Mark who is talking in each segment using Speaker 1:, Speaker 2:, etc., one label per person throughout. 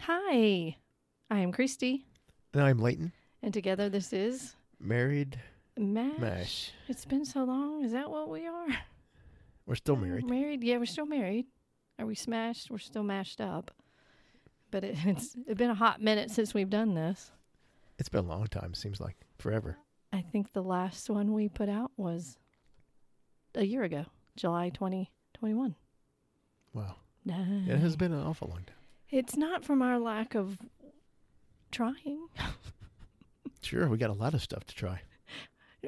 Speaker 1: Hi, I am Christy,
Speaker 2: And I'm Leighton,
Speaker 1: and together this is
Speaker 2: married.
Speaker 1: Mash.
Speaker 2: Mash.
Speaker 1: It's been so long. Is that what we are?
Speaker 2: We're still married.
Speaker 1: Married? Yeah, we're still married. Are we smashed? We're still mashed up. But it, it's it's been a hot minute since we've done this.
Speaker 2: It's been a long time, seems like forever.
Speaker 1: I think the last one we put out was a year ago, July 2021.
Speaker 2: Wow.
Speaker 1: Nice.
Speaker 2: It has been an awful long time.
Speaker 1: It's not from our lack of trying.
Speaker 2: Sure, we got a lot of stuff to try.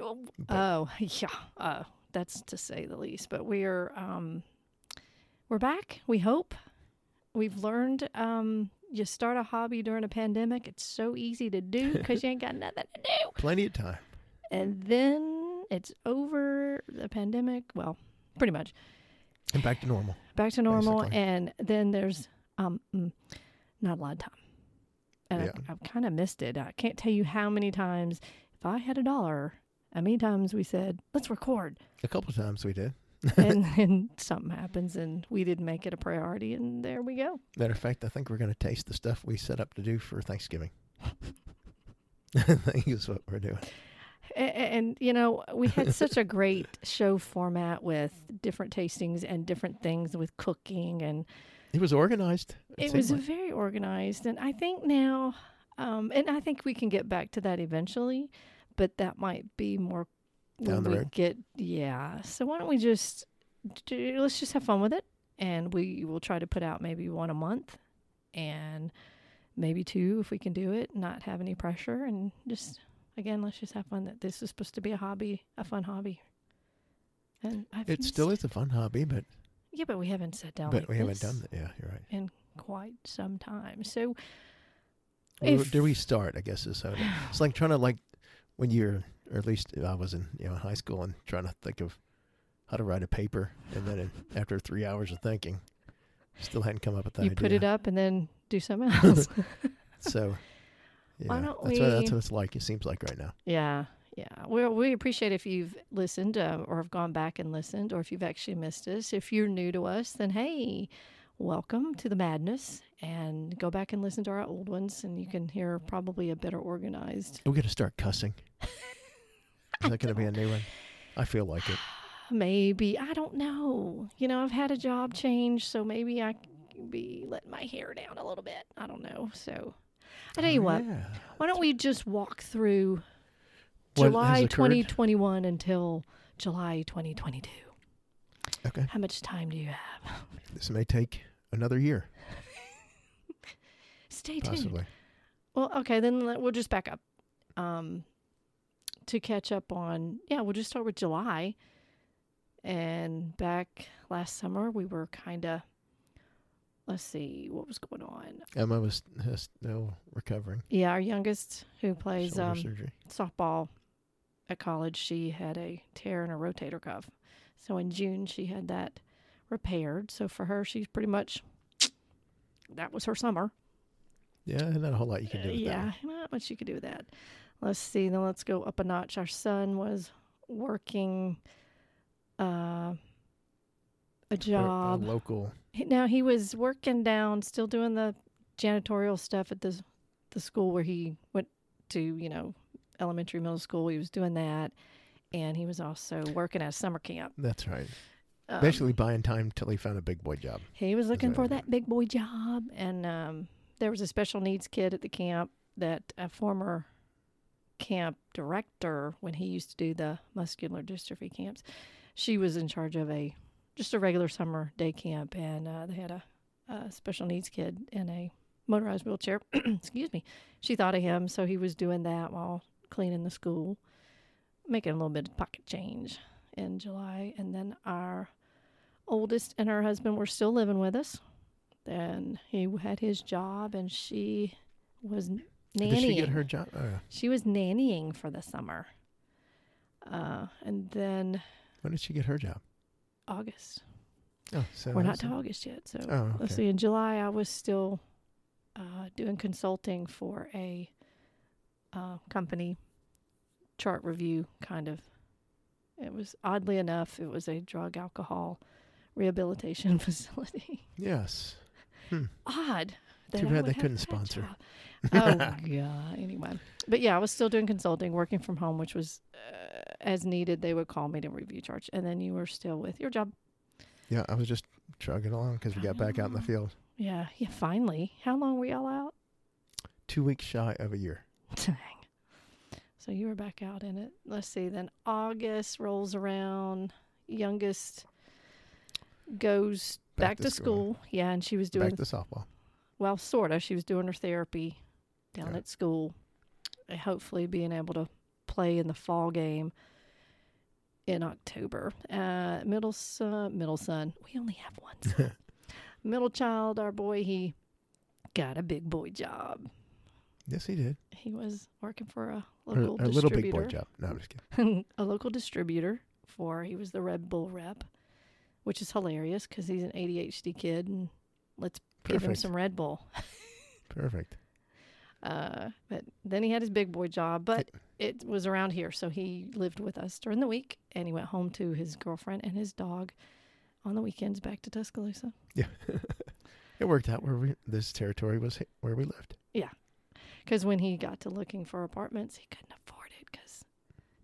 Speaker 1: Oh, oh, yeah. Uh, that's to say the least. But we're um, we're back. We hope we've learned. Um, you start a hobby during a pandemic. It's so easy to do because you ain't got nothing to do.
Speaker 2: Plenty of time.
Speaker 1: And then it's over the pandemic. Well, pretty much
Speaker 2: And back to normal.
Speaker 1: back to normal.
Speaker 2: Basically.
Speaker 1: And then there's um, mm, not a lot of time. And
Speaker 2: Yeah.
Speaker 1: I, I've kind of missed it. I can't tell you how many times. If I had a dollar, how many times we said, "Let's record."
Speaker 2: A couple of times we did.
Speaker 1: and then something happens and we didn't make it a priority and there we go
Speaker 2: Matter of fact, I think we're going to taste the stuff we set up to do for Thanksgiving. I think is what we're doing.
Speaker 1: A- a- and, you know we had such a great show format with different tastings and different things with cooking and
Speaker 2: It was organized.
Speaker 1: it
Speaker 2: seemed
Speaker 1: was
Speaker 2: like.
Speaker 1: very organized and i think now um, and i think we can get back to that eventually but that might be more when
Speaker 2: Down the
Speaker 1: we
Speaker 2: road.
Speaker 1: get yeah so why don't we just do, let's just have fun with it and we will try to put out maybe one a month and maybe two if we can do it not have any pressure and just again let's just have fun that this is supposed to be a hobby a fun hobby and I've
Speaker 2: it still
Speaker 1: missed-
Speaker 2: is a fun hobby, but
Speaker 1: yeah but we haven't sat down
Speaker 2: but
Speaker 1: like
Speaker 2: we
Speaker 1: this
Speaker 2: haven't done that. Yeah, you're right.
Speaker 1: in quite some time. So
Speaker 2: Where
Speaker 1: If-
Speaker 2: do we start? I guess is how it- it's like trying to like when you're, or at least I was in you know high school and trying to think of how to write a paper, and then in, after three hours of thinking, still hadn't come up with that
Speaker 1: you
Speaker 2: idea.
Speaker 1: put it up and then do something else.
Speaker 2: So yeah,
Speaker 1: Why
Speaker 2: that's
Speaker 1: don't
Speaker 2: what that's
Speaker 1: we-
Speaker 2: what it's like. It seems like right now.
Speaker 1: yeah, yeah. Well, we appreciate if you've listened uh, or have gone back and listened, or if you've actually missed us. If you're new to us, then hey, welcome to the madness, and go back and listen to our old ones, and you can hear probably a better organized.
Speaker 2: We're gonna start cussing. Is that gonna be a new one? I feel like it.
Speaker 1: Maybe I don't know. You know, I've had a job change, so maybe I can be letting my hair down a little bit. I don't know. So I tell you
Speaker 2: Oh,
Speaker 1: what.
Speaker 2: yeah.
Speaker 1: Why don't we just walk through
Speaker 2: What has
Speaker 1: July
Speaker 2: occurred?
Speaker 1: 2021 until July 2022?
Speaker 2: Okay,
Speaker 1: How much time do you have?
Speaker 2: this may take another year,
Speaker 1: Stay tuned.
Speaker 2: possibly.
Speaker 1: Well, okay, then let- we'll just back up um, to catch up on. Yeah, we'll just start with July. And back last summer, we were kind of. Let's see what was going on.
Speaker 2: Emma was uh, still recovering.
Speaker 1: Yeah, our youngest who plays
Speaker 2: shoulder
Speaker 1: um,
Speaker 2: surgery.
Speaker 1: softball at college, she had a tear in her rotator cuff. So in June, she had that repaired. So for her, she's pretty much that was her summer.
Speaker 2: Yeah, not a whole lot you can do.
Speaker 1: Uh,
Speaker 2: With that.
Speaker 1: yeah, not much you could do with that. Let's see. Then let's go up a notch. Our son was working uh, a
Speaker 2: Or uh,
Speaker 1: job.
Speaker 2: A local.
Speaker 1: He- Now he was working down, still doing the janitorial stuff at the the school where he went to, you know, elementary, middle school. He was doing that, and he was also working at a summer camp.
Speaker 2: That's right.
Speaker 1: Um,
Speaker 2: Basically, buying time till he found a big boy job.
Speaker 1: he was looking for
Speaker 2: right.
Speaker 1: that big boy job, and um, there was a special needs kid at the camp that a former camp director, when he used to do the muscular dystrophy camps, she was in charge of a just a regular summer day camp, and uh, they had a, a special needs kid in a motorized wheelchair. Excuse me. She thought of him, so he was doing that while cleaning the school, making a little bit of pocket change in July, and then our oldest and her husband were still living with us. Then he had his job, and she was nannying.
Speaker 2: Did she get her job? Uh,
Speaker 1: She was nannying for the summer. Uh, and then
Speaker 2: when did she get her job?
Speaker 1: August.
Speaker 2: Oh, so
Speaker 1: We're not
Speaker 2: so-
Speaker 1: to August yet. So
Speaker 2: Oh, okay.
Speaker 1: let's see. In July, I was still uh, doing consulting for a uh, company chart review, kind of. It was oddly enough, it was a drug alcohol rehabilitation facility.
Speaker 2: Yes.
Speaker 1: Odd. that
Speaker 2: Too
Speaker 1: I
Speaker 2: bad
Speaker 1: would
Speaker 2: they
Speaker 1: have
Speaker 2: couldn't
Speaker 1: that
Speaker 2: sponsor.
Speaker 1: job. oh yeah. Anyway, but yeah, I was still doing consulting, working from home, which was uh, as needed. They would call me to review charts, and then you were still with your job.
Speaker 2: Yeah, I was just chugging along because we got back out in the
Speaker 1: Oh.
Speaker 2: field.
Speaker 1: Yeah, yeah. Finally, how long were y'all out?
Speaker 2: Two weeks shy of a year.
Speaker 1: Dang. So you were back out in it. Let's see. Then August rolls around. Youngest goes back, to, school. Yeah, and she was doing
Speaker 2: Back to softball.
Speaker 1: well, sort of. She was doing her therapy down
Speaker 2: Yeah.
Speaker 1: at school. and Hopefully, being able to play in the fall game in October. Uh, middle son, middle son. We only have one son. middle child, our boy, he got a big boy job.
Speaker 2: Yes, he did.
Speaker 1: He was working for a
Speaker 2: Or,
Speaker 1: local
Speaker 2: or
Speaker 1: distributor.
Speaker 2: little big boy job. No, I'm just kidding.
Speaker 1: a local distributor for he was the Red Bull rep, which is hilarious because he's an ADHD kid and let's give him
Speaker 2: Perfect.
Speaker 1: some Red Bull.
Speaker 2: Perfect.
Speaker 1: Uh, but then he had his big boy job, but it was around here, so he lived with us during the week, and he went home to his girlfriend and his dog on the weekends back to Tuscaloosa.
Speaker 2: Yeah. it worked out where we this territory was hi- where we lived.
Speaker 1: Because when he got to looking for apartments, he couldn't afford it because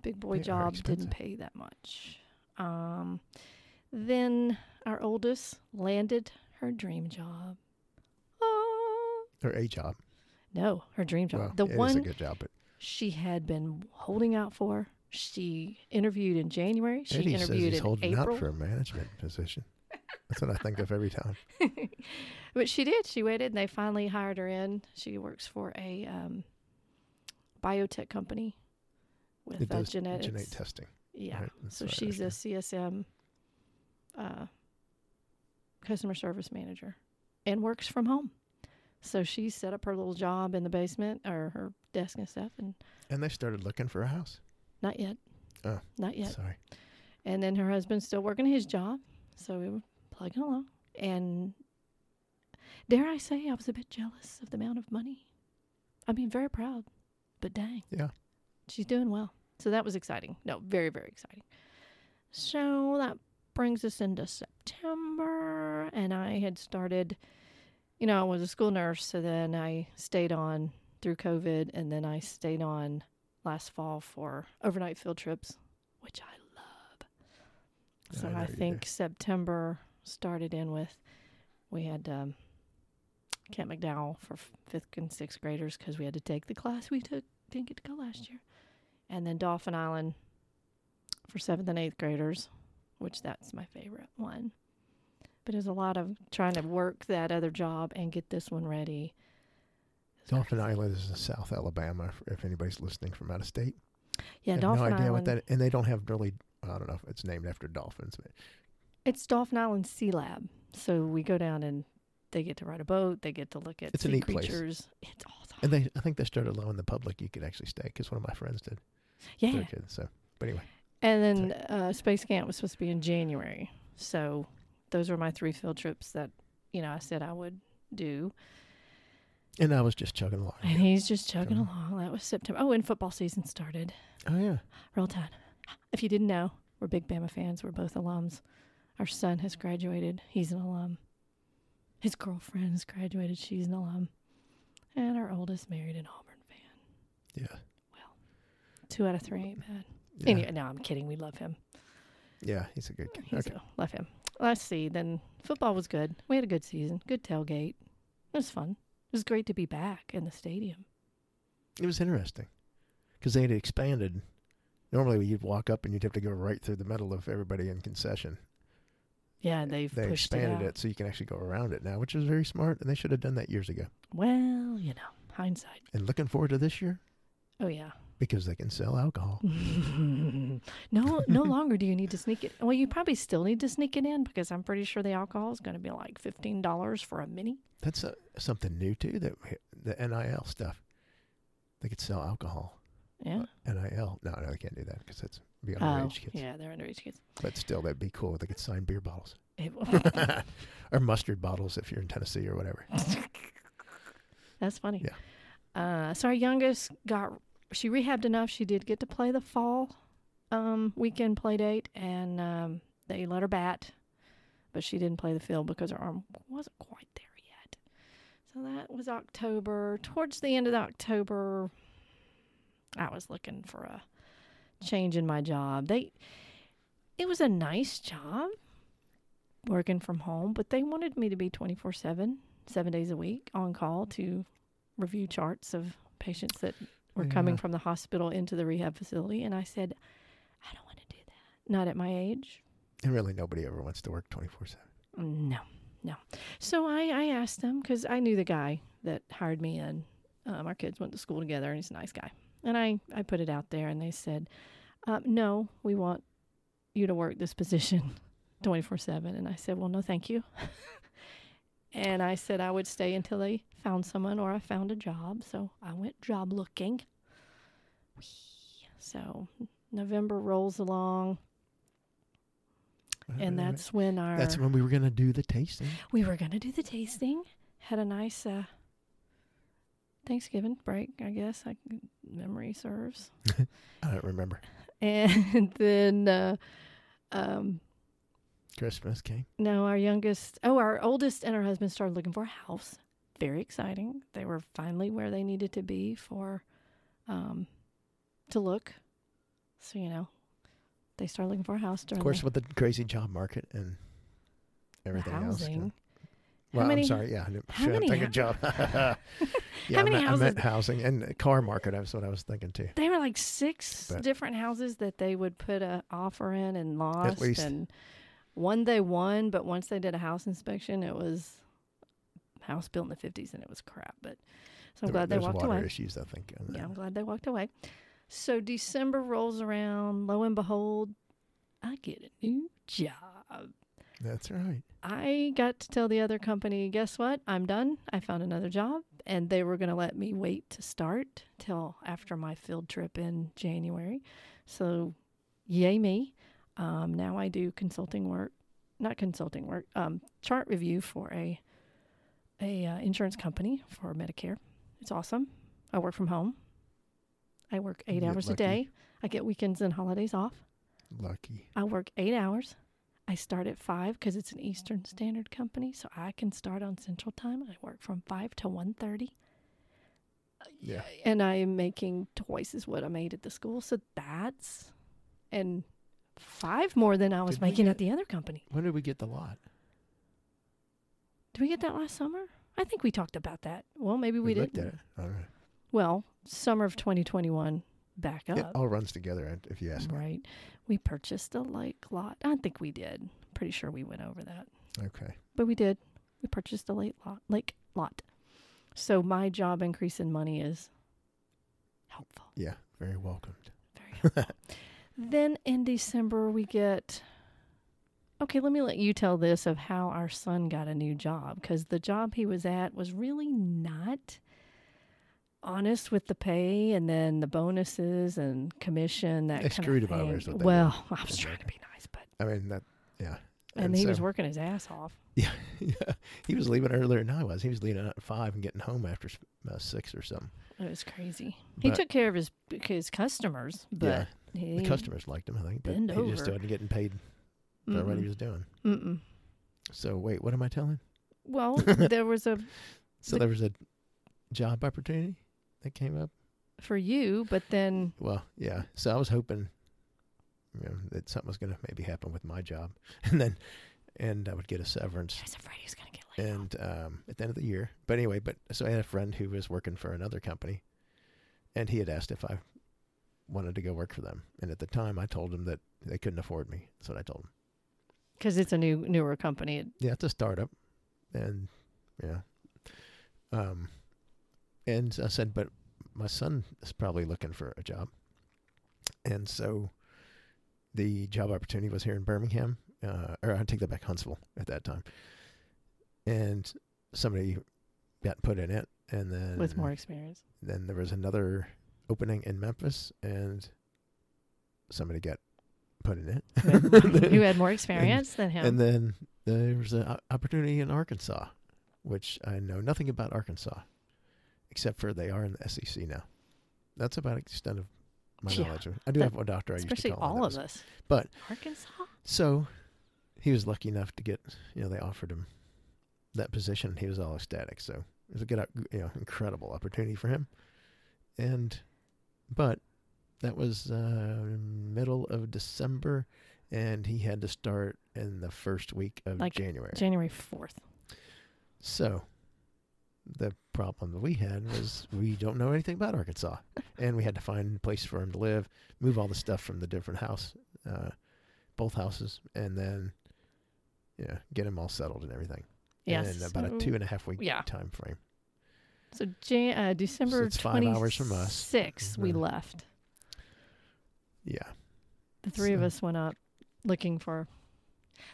Speaker 1: big boy
Speaker 2: They are
Speaker 1: job didn't
Speaker 2: expensive.
Speaker 1: pay that much. Um, then our oldest landed her dream job. Ah,
Speaker 2: Or a job.
Speaker 1: no, her dream job.
Speaker 2: Well,
Speaker 1: the
Speaker 2: it is
Speaker 1: one
Speaker 2: a good job, but
Speaker 1: she had been holding out for. She interviewed in January. She
Speaker 2: Eddie says
Speaker 1: interviewed
Speaker 2: he's
Speaker 1: in
Speaker 2: holding
Speaker 1: April.
Speaker 2: out for a management position. That's what I think of every time.
Speaker 1: but she did. She waited, and they finally hired her in. She works for a um, biotech company with
Speaker 2: It
Speaker 1: uh,
Speaker 2: does
Speaker 1: genetics.
Speaker 2: genetic testing.
Speaker 1: yeah.
Speaker 2: right? That's
Speaker 1: So
Speaker 2: what I
Speaker 1: she's a
Speaker 2: understand.
Speaker 1: CSM uh, customer service manager and works from home. So she set up her little job in the basement or her desk and stuff, and
Speaker 2: And they started looking for a house.
Speaker 1: not yet.
Speaker 2: Oh.
Speaker 1: Not yet.
Speaker 2: Sorry.
Speaker 1: And then her husband's still working his job. So we were plugging along. And dare I say, I was a bit jealous of the amount of money. I mean, very proud, but dang.
Speaker 2: Yeah.
Speaker 1: She's doing well. So that was exciting. No, very, very exciting. So that brings us into September. And I had started, you know, I was a school nurse. So then I stayed on through COVID. And then I stayed on last fall for overnight field trips, which I love. So
Speaker 2: I know
Speaker 1: I,
Speaker 2: you do.
Speaker 1: think September started in with we had um, Kent McDowell for f- fifth and sixth graders because we had to take the class we took didn't get to go last year, and then Dolphin Island for seventh and eighth graders, which that's my favorite one. But it was a lot of trying to work that other job and get this one ready. It's
Speaker 2: Dolphin
Speaker 1: crazy.
Speaker 2: Island is in South Alabama. if- If anybody's listening from out of state,
Speaker 1: Yeah,
Speaker 2: I have
Speaker 1: Dolphin
Speaker 2: no idea
Speaker 1: Island.
Speaker 2: what that. And they don't have really. I don't know if it's named after dolphins, but
Speaker 1: It's Dolphin Island Sea Lab. So we go down and they get to ride a boat. They get to look at
Speaker 2: It's a
Speaker 1: sea
Speaker 2: neat place.
Speaker 1: creatures. It's awesome.
Speaker 2: and they. I think they started allowing the public you could actually stay because one of my friends did.
Speaker 1: yeah.
Speaker 2: Their kids. So, but anyway,
Speaker 1: And then uh, Space Camp was supposed to be in January. So those were my three field trips that, you know, I said I would do.
Speaker 2: and I was just chugging along.
Speaker 1: And he's just chugging
Speaker 2: Sure.
Speaker 1: along. That was September. Oh, and football season started.
Speaker 2: Oh yeah,
Speaker 1: Roll Tide. If you didn't know, we're big Bama fans. We're both alums. Our son has graduated. He's an alum. His girlfriend has graduated. She's an alum. And our oldest married an Auburn fan.
Speaker 2: yeah.
Speaker 1: Two out of three ain't bad.
Speaker 2: Yeah,
Speaker 1: Anyway, no, I'm kidding. We love him.
Speaker 2: yeah he's a good kid.
Speaker 1: He's
Speaker 2: okay.
Speaker 1: a, love him. Let's see. Then football was good. We had a good season. Good tailgate. It was fun. It was great to be back in the stadium.
Speaker 2: It was interesting because they had expanded. Normally, you'd walk up and you'd have to go right through the middle of everybody in concession.
Speaker 1: Yeah, they've
Speaker 2: They
Speaker 1: pushed
Speaker 2: expanded
Speaker 1: it, out.
Speaker 2: it so you can actually go around it now, which is very smart, and they should have done that years ago.
Speaker 1: Well, you know, hindsight.
Speaker 2: And looking forward to this year
Speaker 1: Oh yeah.
Speaker 2: because they can sell alcohol.
Speaker 1: no, no longer do you need to sneak it. Well, you probably still need to sneak it in because I'm pretty sure the alcohol is going to be like fifteen dollars for a mini.
Speaker 2: That's uh something new too. That we- the NIL stuff, they could sell alcohol.
Speaker 1: Yeah.
Speaker 2: NIL. No, no, they can't do that because that's be
Speaker 1: oh,
Speaker 2: underage kids.
Speaker 1: yeah, they're underage kids.
Speaker 2: But still, that'd be cool. if They could sign beer bottles
Speaker 1: It-
Speaker 2: or mustard bottles if you're in Tennessee or whatever.
Speaker 1: That's funny. Uh, so our youngest got she rehabbed enough. She did get to play the fall um, weekend play date, and um, they let her bat, but she didn't play the field because her arm wasn't quite there yet. So that was October. Towards the end of October, I was looking for a change in my job. They it was a nice job working from home, but they wanted me to be 24/7, 7 days a week on call to review charts of patients that were coming
Speaker 2: Yeah.
Speaker 1: from the hospital into the rehab facility and I said I don't want to do that. Not at my age.
Speaker 2: And really, nobody ever wants to work 24 7.
Speaker 1: No, no. So I, I asked them because I knew the guy that hired me in. Um, our kids went to school together, and he's a nice guy. And I, I put it out there, and they said, uh, No, we want you to work this position 24 7. And I said, Well, no, thank you. and I said I would stay until they found someone or I found a job. So I went job looking. Whee. So November rolls along, and that's when our.
Speaker 2: that's when we were going to do the tasting.
Speaker 1: we were going to do the tasting. Had a nice uh, Thanksgiving break, I guess. I, memory serves.
Speaker 2: I don't remember.
Speaker 1: And then, uh, um,
Speaker 2: Christmas came.
Speaker 1: no, our youngest, oh, our oldest and her husband started looking for a house. Very exciting. They were finally where they needed to be for, um, to look. So, you know, they started looking for a house during
Speaker 2: Of course, with the crazy job market and
Speaker 1: the
Speaker 2: everything else. you know.
Speaker 1: housing. How
Speaker 2: Well,
Speaker 1: many-
Speaker 2: I'm sorry. Yeah, I didn't,
Speaker 1: how
Speaker 2: sure,
Speaker 1: many
Speaker 2: I'm thinking
Speaker 1: hou-
Speaker 2: job. yeah, I,
Speaker 1: many
Speaker 2: meant, I
Speaker 1: houses-
Speaker 2: meant housing and the car market. That's what I was thinking too.
Speaker 1: They were like six
Speaker 2: But-
Speaker 1: different houses that they would put a offer in and lost,
Speaker 2: least.
Speaker 1: and one they won, but once they did a house inspection, it was house built in the fifties and it was crap. But so I'm
Speaker 2: There-
Speaker 1: glad they
Speaker 2: there's
Speaker 1: walked
Speaker 2: water
Speaker 1: away.
Speaker 2: issues, I think. and
Speaker 1: Yeah,
Speaker 2: then-
Speaker 1: I'm glad they walked away. So December rolls around, lo and behold, I get a new job.
Speaker 2: That's right.
Speaker 1: I got to tell the other company, guess what? I'm done. I found another job. And they were going to let me wait to start till after my field trip in January. So, yay me. Um, now I do consulting work, not consulting work, um, chart review for a, a uh, insurance company for Medicare. It's awesome. I work from home. I work eight
Speaker 2: You get
Speaker 1: hours a
Speaker 2: lucky.
Speaker 1: day. I get weekends and holidays off.
Speaker 2: Lucky.
Speaker 1: I work eight hours. I start at five because it's an Eastern Standard Company, so I can start on Central Time. I work from five to one thirty.
Speaker 2: Yeah.
Speaker 1: and I am making twice as what I made at the school. So that's and five more than I was
Speaker 2: Did we
Speaker 1: making at
Speaker 2: get-
Speaker 1: the other company.
Speaker 2: When did we get the lot?
Speaker 1: Did we get that last summer? I think we talked about that. Well, maybe we,
Speaker 2: looked
Speaker 1: didn't.
Speaker 2: at it. All right.
Speaker 1: Well, summer of twenty twenty one back up.
Speaker 2: It all runs together if you ask me.
Speaker 1: right. We purchased a lake lot. I think we did. Pretty sure we went over that.
Speaker 2: Okay.
Speaker 1: but we did. We purchased a late lot, lake lot. So my job increase in money is helpful,
Speaker 2: Yeah. Very welcomed.
Speaker 1: very helpful. then in December we get. Okay, let me let you tell this of how our son got a new job because the job he was at was really not honest with the pay and then the bonuses and commission that
Speaker 2: They
Speaker 1: kind
Speaker 2: screwed
Speaker 1: of
Speaker 2: him over
Speaker 1: thing.
Speaker 2: is what they did.
Speaker 1: well, I was trying to be nice, but
Speaker 2: I mean that. Yeah.
Speaker 1: and, he was
Speaker 2: so-
Speaker 1: working his ass off.
Speaker 2: Yeah, yeah. He was leaving earlier than I was. He was leaving out at five and getting home after s- about six or something.
Speaker 1: It was crazy. He
Speaker 2: But-
Speaker 1: took care of his his customers, but he,
Speaker 2: The customers liked him, I think, but
Speaker 1: Bend
Speaker 2: he just
Speaker 1: over.
Speaker 2: wasn't getting paid for what he
Speaker 1: Mm-mm,
Speaker 2: was doing.
Speaker 1: mm-mm.
Speaker 2: So wait, what am I telling?
Speaker 1: Well, there was a
Speaker 2: So
Speaker 1: The-
Speaker 2: there was a job opportunity that came up.
Speaker 1: for you, but then
Speaker 2: Well, yeah. So I was hoping you know, that something was going to maybe happen with my job, and then and I would get a severance.
Speaker 1: I was afraid he was going to get laid.
Speaker 2: and um, at the end of the year. But anyway, but so I had a friend who was working for another company, and he had asked if I wanted to go work for them. And at the time, I told him that they couldn't afford me. That's what I told him.
Speaker 1: Because it's a new newer company. It-
Speaker 2: Yeah, it's a startup, and yeah, um, and I said, but my son is probably looking for a job, and so the job opportunity was here in Birmingham, uh, or I take that back, Huntsville at that time, and somebody got put in it, and then
Speaker 1: with more experience.
Speaker 2: Then there was another opening in Memphis, and somebody got put in it.
Speaker 1: Who had more experience than him?
Speaker 2: And then there was an opportunity in Arkansas, which I know nothing about Arkansas, except for they are in the SEC now. That's about the extent of my
Speaker 1: Yeah,
Speaker 2: knowledge. of it. I do
Speaker 1: that-
Speaker 2: have a doctor I used to
Speaker 1: Especially
Speaker 2: call him,
Speaker 1: all
Speaker 2: that
Speaker 1: of
Speaker 2: was-
Speaker 1: us.
Speaker 2: but-
Speaker 1: Arkansas.
Speaker 2: So he was lucky enough to get, you know, they offered him that position. and He was all ecstatic. So It was a good, op- you know, incredible opportunity for him. And, but that was uh, middle of December, and he had to start in the first week of
Speaker 1: Like
Speaker 2: January.
Speaker 1: January 4th.
Speaker 2: So, the problem that we had was we don't know anything about Arkansas, and we had to find a place for him to live, move all the stuff from the different house, uh, both houses, and then, yeah, get him all settled and everything.
Speaker 1: Yes.
Speaker 2: in about a two and a half week
Speaker 1: yeah.
Speaker 2: time frame.
Speaker 1: So Jan- uh, December
Speaker 2: it's five hours from us.
Speaker 1: 26th, we
Speaker 2: Mhm.
Speaker 1: left.
Speaker 2: Yeah,
Speaker 1: The three of
Speaker 2: So-
Speaker 1: us went up looking for.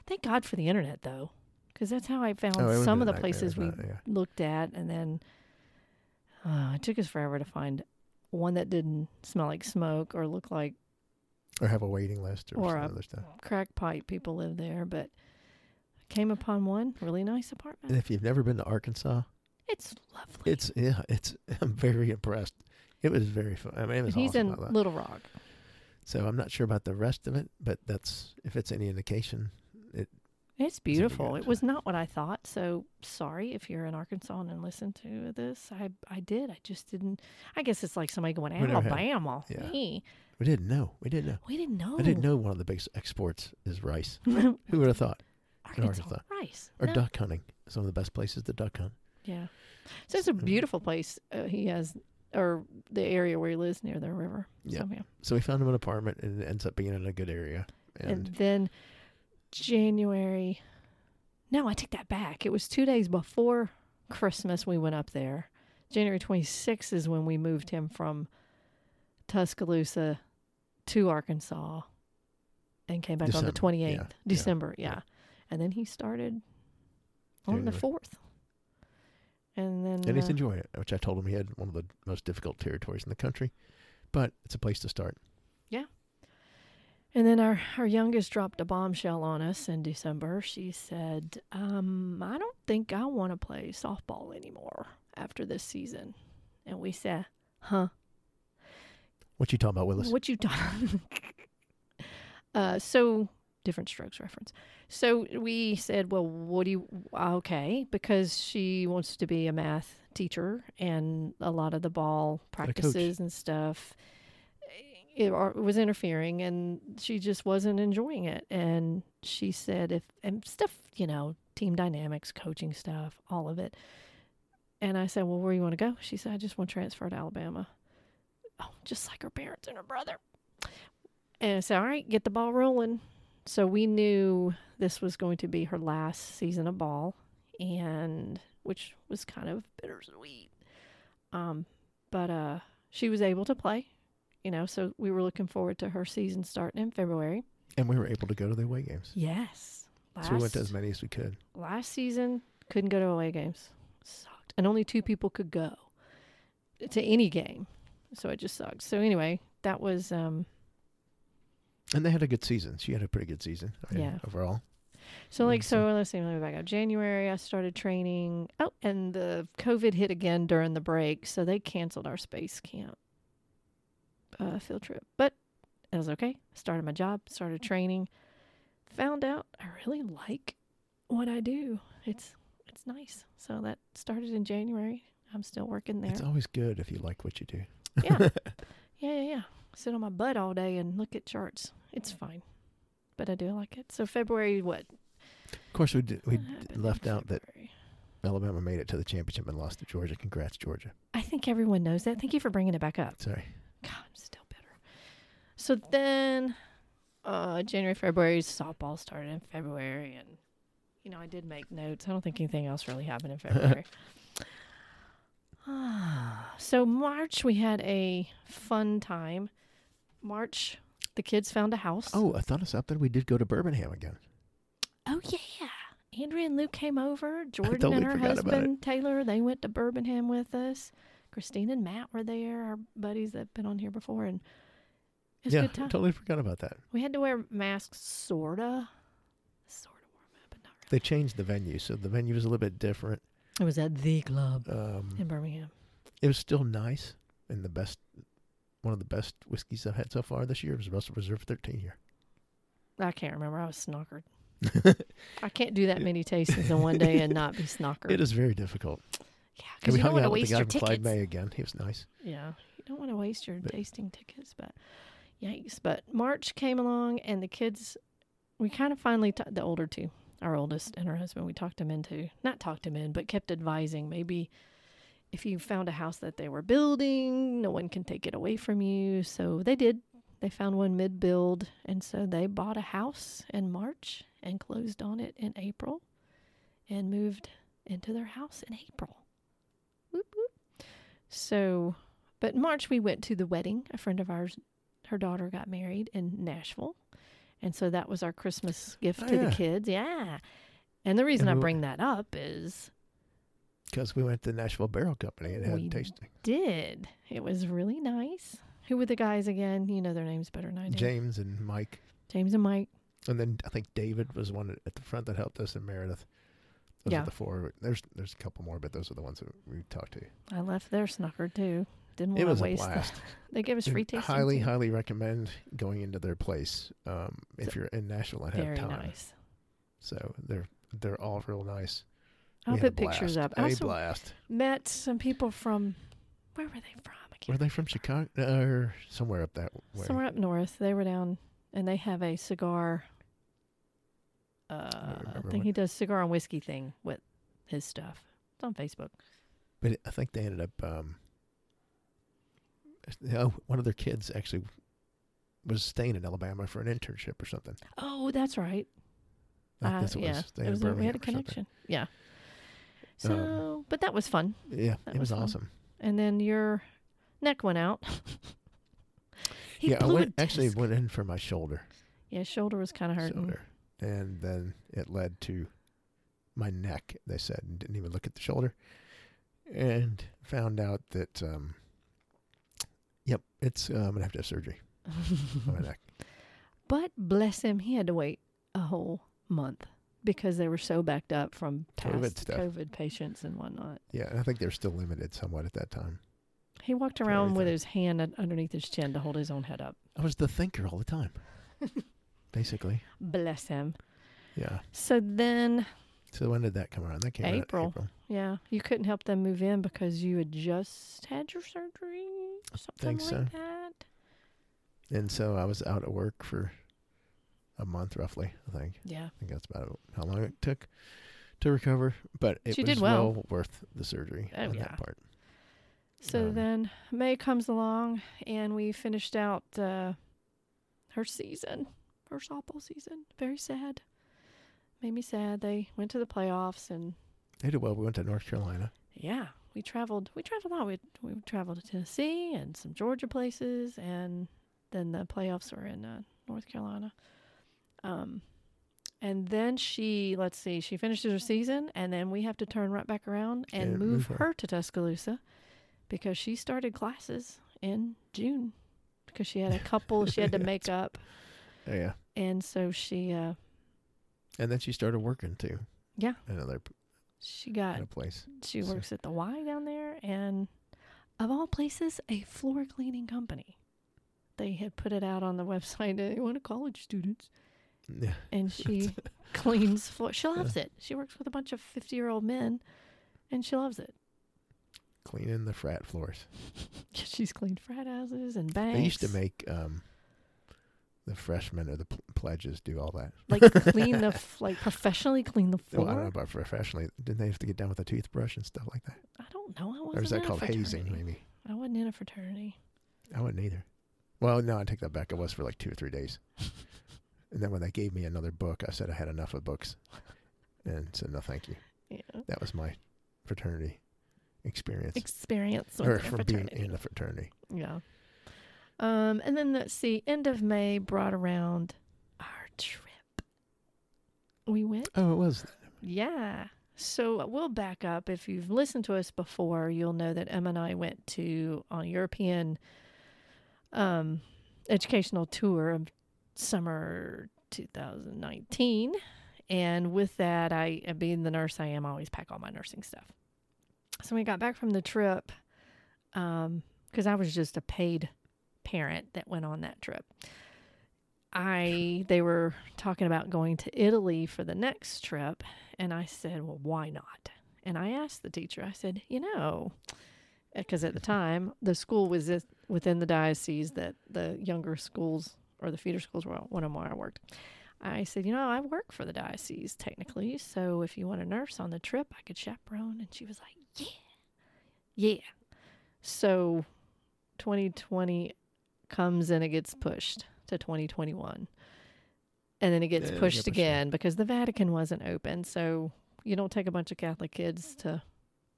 Speaker 1: Thank God for the internet though, because that's how I found
Speaker 2: Oh, it would've
Speaker 1: some of
Speaker 2: been
Speaker 1: the
Speaker 2: a nightmare
Speaker 1: places we
Speaker 2: without it, yeah.
Speaker 1: looked at, and then uh, it took us forever to find one that didn't smell like smoke or look like
Speaker 2: or have a waiting list or,
Speaker 1: Or
Speaker 2: some
Speaker 1: a-
Speaker 2: other stuff.
Speaker 1: crack pipe. People live there, but I came upon one really nice
Speaker 2: And
Speaker 1: apartment.
Speaker 2: if you've never been to Arkansas,
Speaker 1: It's lovely.
Speaker 2: it's yeah, it's I'm very impressed. It was very fun. I mean, it
Speaker 1: And
Speaker 2: was
Speaker 1: he's
Speaker 2: awesome.
Speaker 1: in
Speaker 2: I thought.
Speaker 1: Little Rock.
Speaker 2: So I'm not sure about the rest of it, but that's if it's any indication.
Speaker 1: It's
Speaker 2: be
Speaker 1: beautiful.
Speaker 2: good.
Speaker 1: It was not what I thought. So sorry if you're in Arkansas and listen to this. I I did. I just didn't. I guess it's like somebody going
Speaker 2: We never had-
Speaker 1: Alabama.
Speaker 2: yeah.
Speaker 1: Hey,
Speaker 2: We didn't know. We didn't know.
Speaker 1: we didn't know.
Speaker 2: I didn't know one of the biggest exports is rice.
Speaker 1: know.
Speaker 2: Who would have thought?
Speaker 1: Arkansas,
Speaker 2: Arkansas.
Speaker 1: rice
Speaker 2: Or
Speaker 1: No.
Speaker 2: duck hunting. Some of the best places to duck hunt.
Speaker 1: Yeah. So it's a
Speaker 2: Mm.
Speaker 1: beautiful place. Uh, he has, or the area where he lives near the river.
Speaker 2: Yeah.
Speaker 1: So, yeah.
Speaker 2: So we found him an apartment, and it ends up being in a good area.
Speaker 1: And,
Speaker 2: And
Speaker 1: then January. No, I take that back. It was two days before Christmas we went up there. January 26th is when we moved him from Tuscaloosa to Arkansas and came back on the
Speaker 2: December,
Speaker 1: 28th,
Speaker 2: yeah,
Speaker 1: December. Yeah.
Speaker 2: yeah.
Speaker 1: And then he started on the
Speaker 2: January.
Speaker 1: 4th. And then.
Speaker 2: and he's
Speaker 1: uh,
Speaker 2: enjoying it, which I told him he had one of the most difficult territories in the country, but it's a place to start.
Speaker 1: And then our, our youngest dropped a bombshell on us in December. She said, um, I don't think I want to play softball anymore after this season. And we said, huh?
Speaker 2: What you talking about, Willis?
Speaker 1: What you talking? uh, so different strokes reference. So we said, well, what do you? Okay, because she wants to be a math teacher, and a lot of the ball
Speaker 2: And a coach.
Speaker 1: practices and stuff. eh, It ar- was interfering, and she just wasn't enjoying it. And she said, "If and stuff, you know, team dynamics, coaching stuff, all of it." And I said, "Well, where you want to go?" She said, "I just want to transfer to Alabama." Oh, just like her parents and her brother. And I said, "All right, get the ball rolling." So we knew this was going to be her last season of ball, and which was kind of bittersweet. Um, but uh, she was able to play, you know. So we were looking forward to her season starting in February.
Speaker 2: And we were able to go to the away games.
Speaker 1: Yes, last
Speaker 2: So we went to as many as we could.
Speaker 1: last season couldn't go to away games sucked and only two people could go to any game so it just sucked so anyway that was um
Speaker 2: And they had a good season. She had a pretty good season I mean,
Speaker 1: Yeah.
Speaker 2: overall.
Speaker 1: so like
Speaker 2: Mm,
Speaker 1: so
Speaker 2: so-
Speaker 1: let's see let me back up january i started training oh and the covid hit again during the break so they canceled our space camp uh, field trip but it was okay started my job started training found out i really like what i do it's it's nice so that started in january i'm still working there
Speaker 2: It's always good if you like what you do.
Speaker 1: Yeah. yeah, yeah, yeah. Sit on my butt all day and look at charts. It's fine. But I do like it. So February what?
Speaker 2: Of course, we did, we
Speaker 1: What
Speaker 2: d-
Speaker 1: happened in
Speaker 2: left out that
Speaker 1: February?
Speaker 2: Alabama made it to the championship and lost to Georgia. Congrats, Georgia.
Speaker 1: I think everyone knows that. Thank you for bringing it back up.
Speaker 2: Sorry.
Speaker 1: God, I'm still bitter. So then uh January, February softball started in February and you know, I did make notes. I don't think anything else really happened in February. Ah, so March we had a fun time. March the kids found a house.
Speaker 2: Oh, I thought of something. We did go to Birmingham again.
Speaker 1: Oh yeah. Andrea and Luke came over. Jordan
Speaker 2: totally
Speaker 1: and her
Speaker 2: forgot about it.
Speaker 1: husband Taylor, they went to Birmingham with us. Christine and Matt were there, our buddies that've been on here before, and it was a
Speaker 2: yeah,
Speaker 1: good
Speaker 2: I
Speaker 1: time.
Speaker 2: totally forgot about that.
Speaker 1: We had to wear masks, sorta, sorta wore 'em up, but not
Speaker 2: They changed the venue, so the venue was a little bit different.
Speaker 1: really. It was at the club
Speaker 2: Um,
Speaker 1: in Birmingham.
Speaker 2: It was still nice, and the best, one of the best whiskeys I've had so far this year was Russell Reserve 13 year.
Speaker 1: I can't remember. I was snockered. I can't do that many tastings in one day and not be snockered.
Speaker 2: It is very difficult.
Speaker 1: Yeah, because
Speaker 2: we
Speaker 1: you don't want
Speaker 2: hung
Speaker 1: to
Speaker 2: out with
Speaker 1: waste
Speaker 2: the guy
Speaker 1: your
Speaker 2: from Clyde
Speaker 1: tickets.
Speaker 2: May again. He was nice.
Speaker 1: Yeah, you don't want to waste your
Speaker 2: But-
Speaker 1: tasting tickets, but yikes. But March came along, and the kids, we kind of finally, t- the older two, our oldest and her husband, we talked them into, not talked them in, but kept advising maybe if you found a house that they were building, no one can take it away from you. So they did. They found one mid build, and so they bought a house in March and closed on it in April and moved into their house in April. Whoop, whoop. So but in March, we went to the wedding. A friend of ours, her daughter got married in Nashville. And so that was our Christmas gift
Speaker 2: Oh,
Speaker 1: to
Speaker 2: yeah.
Speaker 1: the kids. Yeah. And the reason
Speaker 2: And
Speaker 1: I
Speaker 2: we-
Speaker 1: bring that up is
Speaker 2: Because we went to Nashville Barrel Company and had
Speaker 1: We-
Speaker 2: tasting.
Speaker 1: did. It was really nice. Who were the guys again? You know their names better than I do.
Speaker 2: James and Mike,
Speaker 1: James and Mike.
Speaker 2: and then I think David was one at the front that helped us, and Meredith. Those
Speaker 1: Yeah.
Speaker 2: are the four. There's there's a couple more, but those are the ones that we talked to.
Speaker 1: I left their snucker too. Didn't
Speaker 2: it
Speaker 1: want
Speaker 2: was
Speaker 1: to
Speaker 2: a
Speaker 1: waste that.
Speaker 2: blast.
Speaker 1: They gave us
Speaker 2: And
Speaker 1: free tasting.
Speaker 2: highly,
Speaker 1: too.
Speaker 2: highly recommend going into their place um, if you're in Nashville and have
Speaker 1: Very
Speaker 2: time.
Speaker 1: nice.
Speaker 2: So they're they're all real nice.
Speaker 1: I'll
Speaker 2: We had
Speaker 1: put
Speaker 2: a blast.
Speaker 1: pictures up.
Speaker 2: A
Speaker 1: I also
Speaker 2: blast.
Speaker 1: met some people from, where were they from? I can't
Speaker 2: Were they from Chicago Uh, or somewhere up that way?
Speaker 1: Somewhere up north, they were down, and they have a cigar. Uh, I
Speaker 2: remember
Speaker 1: think
Speaker 2: what-
Speaker 1: he does cigar and whiskey thing with his stuff. It's on Facebook.
Speaker 2: But I think they ended up. Um, oh, one of their kids actually was staying in Alabama for an internship or something.
Speaker 1: Oh, that's right.
Speaker 2: I
Speaker 1: Uh,
Speaker 2: think that's what it
Speaker 1: yeah,
Speaker 2: was. Staying
Speaker 1: it
Speaker 2: in
Speaker 1: was a- we had a
Speaker 2: Birmingham or something. Um,
Speaker 1: connection. Yeah. So, but that was fun.
Speaker 2: Yeah,
Speaker 1: That
Speaker 2: it was,
Speaker 1: was fun.
Speaker 2: awesome.
Speaker 1: And then your neck went out. he
Speaker 2: yeah, I
Speaker 1: blew
Speaker 2: went,
Speaker 1: a
Speaker 2: actually
Speaker 1: disc.
Speaker 2: went in for my shoulder,
Speaker 1: yeah, his shoulder was kind of hurting.
Speaker 2: shoulder, and then it led to my neck. They said and didn't even look at the shoulder, and found out that. Um, yep, it's uh, I'm gonna have to have surgery on my neck.
Speaker 1: But bless him, he had to wait a whole month because they were so backed up from past
Speaker 2: COVID
Speaker 1: COVID,
Speaker 2: stuff.
Speaker 1: patients and whatnot.
Speaker 2: Yeah, and I think they're still limited somewhat at that time.
Speaker 1: He walked
Speaker 2: For
Speaker 1: around with
Speaker 2: everything.
Speaker 1: his hand un- underneath his chin to hold his own head up.
Speaker 2: I was the thinker all the time, basically.
Speaker 1: Bless him.
Speaker 2: Yeah.
Speaker 1: So then,
Speaker 2: So when did that come around? That came out in
Speaker 1: April.
Speaker 2: April.
Speaker 1: yeah, you couldn't help them move in because you had just had your surgery, something
Speaker 2: think
Speaker 1: like that.
Speaker 2: And so I was out of work for a month, roughly. I think.
Speaker 1: Yeah,
Speaker 2: I think that's about how long it took to recover. But it
Speaker 1: She
Speaker 2: was
Speaker 1: did well.
Speaker 2: worth the surgery
Speaker 1: Oh,
Speaker 2: on
Speaker 1: yeah.
Speaker 2: that part.
Speaker 1: So
Speaker 2: Um,
Speaker 1: then May comes along, and we finished out uh, her season, her softball season. Very sad. Made me sad. They went to the playoffs, and
Speaker 2: They did well. We went to North Carolina.
Speaker 1: yeah, we traveled. We traveled a lot. We we traveled to Tennessee and some Georgia places, and then the playoffs were in uh, North Carolina. Um, and then she, let's see, she finishes her season, and then we have to turn right back around and
Speaker 2: And
Speaker 1: move
Speaker 2: move her.
Speaker 1: her to Tuscaloosa because she started classes in June because she had a couple she had to make up,
Speaker 2: Oh, yeah.
Speaker 1: and so she uh,
Speaker 2: And then she started working too.
Speaker 1: Yeah.
Speaker 2: Another p-
Speaker 1: she got
Speaker 2: at a place.
Speaker 1: She
Speaker 2: So-
Speaker 1: works at the Y down there, and of all places, a floor cleaning company. They had put it out on the website. They want to college students,
Speaker 2: Yeah.
Speaker 1: and she cleans floor. She loves it. She works with a bunch of fifty-year-old men, and she loves it.
Speaker 2: Cleaning the frat floors.
Speaker 1: She's cleaned frat houses and banks.
Speaker 2: They used to make um, the freshmen or the pl- pledges do all that.
Speaker 1: like clean the f- like professionally clean the floor.
Speaker 2: Well, I don't know about professionally. Didn't they have to get down with a toothbrush and stuff like that?
Speaker 1: I don't know. I wasn't
Speaker 2: Or is that
Speaker 1: in
Speaker 2: called
Speaker 1: a
Speaker 2: hazing,
Speaker 1: fraternity.
Speaker 2: maybe?
Speaker 1: I wasn't in a fraternity.
Speaker 2: I wouldn't either. Well, no, I take that back. I was for like two or three days. and then when they gave me another book, I said I had enough of books and said, no, thank you.
Speaker 1: Yeah.
Speaker 2: That was my fraternity experience.
Speaker 1: Experience with
Speaker 2: or
Speaker 1: their
Speaker 2: from being
Speaker 1: fraternity.
Speaker 2: in the fraternity.
Speaker 1: Yeah. Um, and then let's see, end of May brought around our trip. We went,
Speaker 2: Oh, it was.
Speaker 1: yeah. So we'll back up. If you've listened to us before, you'll know that Em and I went to a European um, educational tour of summer 2019. And with that, I, being the nurse I am, I always pack all my nursing stuff. So when we got back from the trip, um, because I was just a paid parent that went on that trip. I they were talking about going to Italy for the next trip, and I said, "Well, why not?" And I asked the teacher, I said, you know, because at the time the school was this- within the diocese that the younger schools or the feeder schools were one of them where I worked. I said, you know, I work for the diocese technically, so if you want a nurse on the trip, I could chaperone. And she was like, yeah, yeah. So 2020 comes and it gets pushed to 2021. And then it gets
Speaker 2: Yeah, it got
Speaker 1: pushed
Speaker 2: pushed
Speaker 1: again because the Vatican wasn't open. So you don't take a bunch of Catholic kids to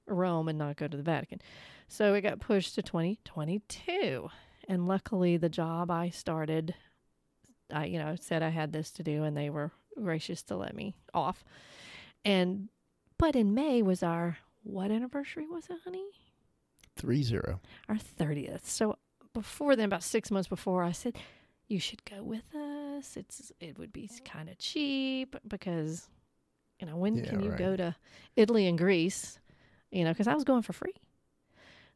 Speaker 1: Rome and not go to the Vatican. So it got pushed to 2022. And luckily, the job I started, I, you know, said I had this to do and they were gracious to let me off. And, but in May was our, what anniversary was it, honey?
Speaker 2: Three zero.
Speaker 1: our 30th. So before then, about six months before, I said, you should go with us. It's it would be kind of cheap because, you know, when
Speaker 2: Yeah,
Speaker 1: can you
Speaker 2: right.
Speaker 1: go to Italy and Greece? You know, because I was going for free.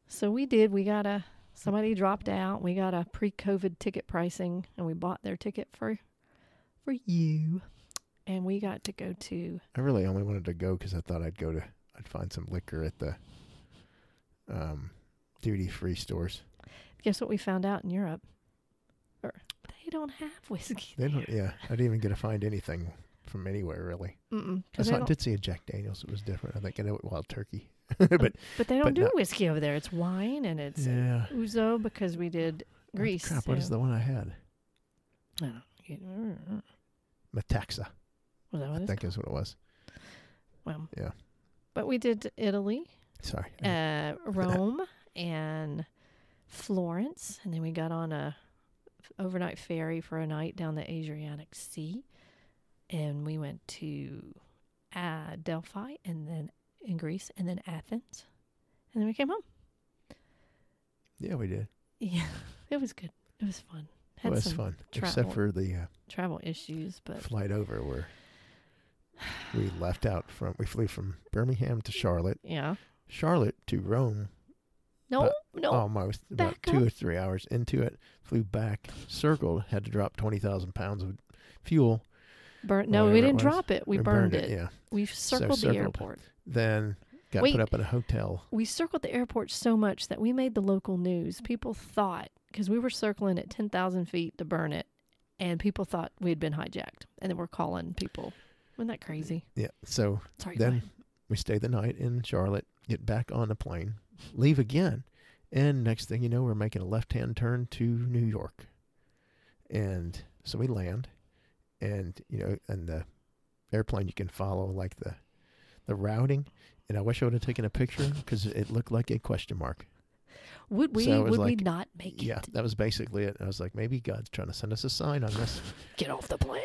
Speaker 1: So we did. We got a somebody dropped out. We got a pre-COVID ticket pricing, and we bought their ticket for for you. And we got to go to
Speaker 2: I really only wanted to go because I thought I'd go to I'd find some liquor at the um duty free stores.
Speaker 1: guess what we found out in Europe. Or they don't have whiskey.
Speaker 2: They
Speaker 1: there.
Speaker 2: don't. Yeah, I didn't even get to find anything from anywhere really.
Speaker 1: Mm-mm, 'cause they
Speaker 2: I saw I
Speaker 1: don't-
Speaker 2: did see a Jack Daniels. It was different. I think I know it Wild Turkey, but
Speaker 1: But they don't
Speaker 2: but
Speaker 1: do
Speaker 2: not-
Speaker 1: whiskey over there. It's wine and it's
Speaker 2: yeah.
Speaker 1: ouzo because we did
Speaker 2: Oh,
Speaker 1: Greece.
Speaker 2: crap! What is
Speaker 1: so-
Speaker 2: the one I had?
Speaker 1: I don't know. You-
Speaker 2: Metaxa,
Speaker 1: Was that what
Speaker 2: I
Speaker 1: it's
Speaker 2: think is what it was.
Speaker 1: Well,
Speaker 2: yeah.
Speaker 1: But we did Italy,
Speaker 2: Sorry.
Speaker 1: uh, Rome, and Florence, and then we got on a f- overnight ferry for a night down the Adriatic Sea, and we went to uh, Delphi, and then in Greece, and then Athens, and then we came home.
Speaker 2: yeah, we did.
Speaker 1: Yeah, it was good. It was fun.
Speaker 2: It
Speaker 1: Had
Speaker 2: was
Speaker 1: some
Speaker 2: fun,
Speaker 1: travel-
Speaker 2: except for the uh,
Speaker 1: travel issues, but
Speaker 2: flight over where we left out from. We flew from Birmingham to Charlotte,
Speaker 1: yeah.
Speaker 2: Charlotte to Rome.
Speaker 1: No,
Speaker 2: But-
Speaker 1: no.
Speaker 2: Oh, my! was about
Speaker 1: back
Speaker 2: two
Speaker 1: up.
Speaker 2: or three hours into it. Flew back, circled, had to drop twenty thousand pounds of fuel.
Speaker 1: burn, no,
Speaker 2: whatever
Speaker 1: we
Speaker 2: it
Speaker 1: didn't
Speaker 2: was.
Speaker 1: drop it. We
Speaker 2: and
Speaker 1: burned, it.
Speaker 2: Yeah.
Speaker 1: We've circled the
Speaker 2: circled.
Speaker 1: airport.
Speaker 2: Then got
Speaker 1: Wait.
Speaker 2: put up at a hotel.
Speaker 1: We circled the airport so much that we made the local news. People thought, because we were circling at 10,000 feet to burn it, and people thought we had been hijacked. And then we're calling people. Wasn't that crazy?
Speaker 2: Yeah. So
Speaker 1: Sorry.
Speaker 2: then we stay the night in Charlotte, get back on the plane, leave again, and next thing you know, we're making a left-hand turn to New York, and so we land, and you know, and the airplane you can follow like the the routing, and I wish I would have taken a picture because it looked like a question mark.
Speaker 1: would we
Speaker 2: so it was
Speaker 1: would we
Speaker 2: like-
Speaker 1: not make
Speaker 2: yeah,
Speaker 1: it?
Speaker 2: that was basically it. I was like, maybe God's trying to send us a sign on this.
Speaker 1: Get off the plane.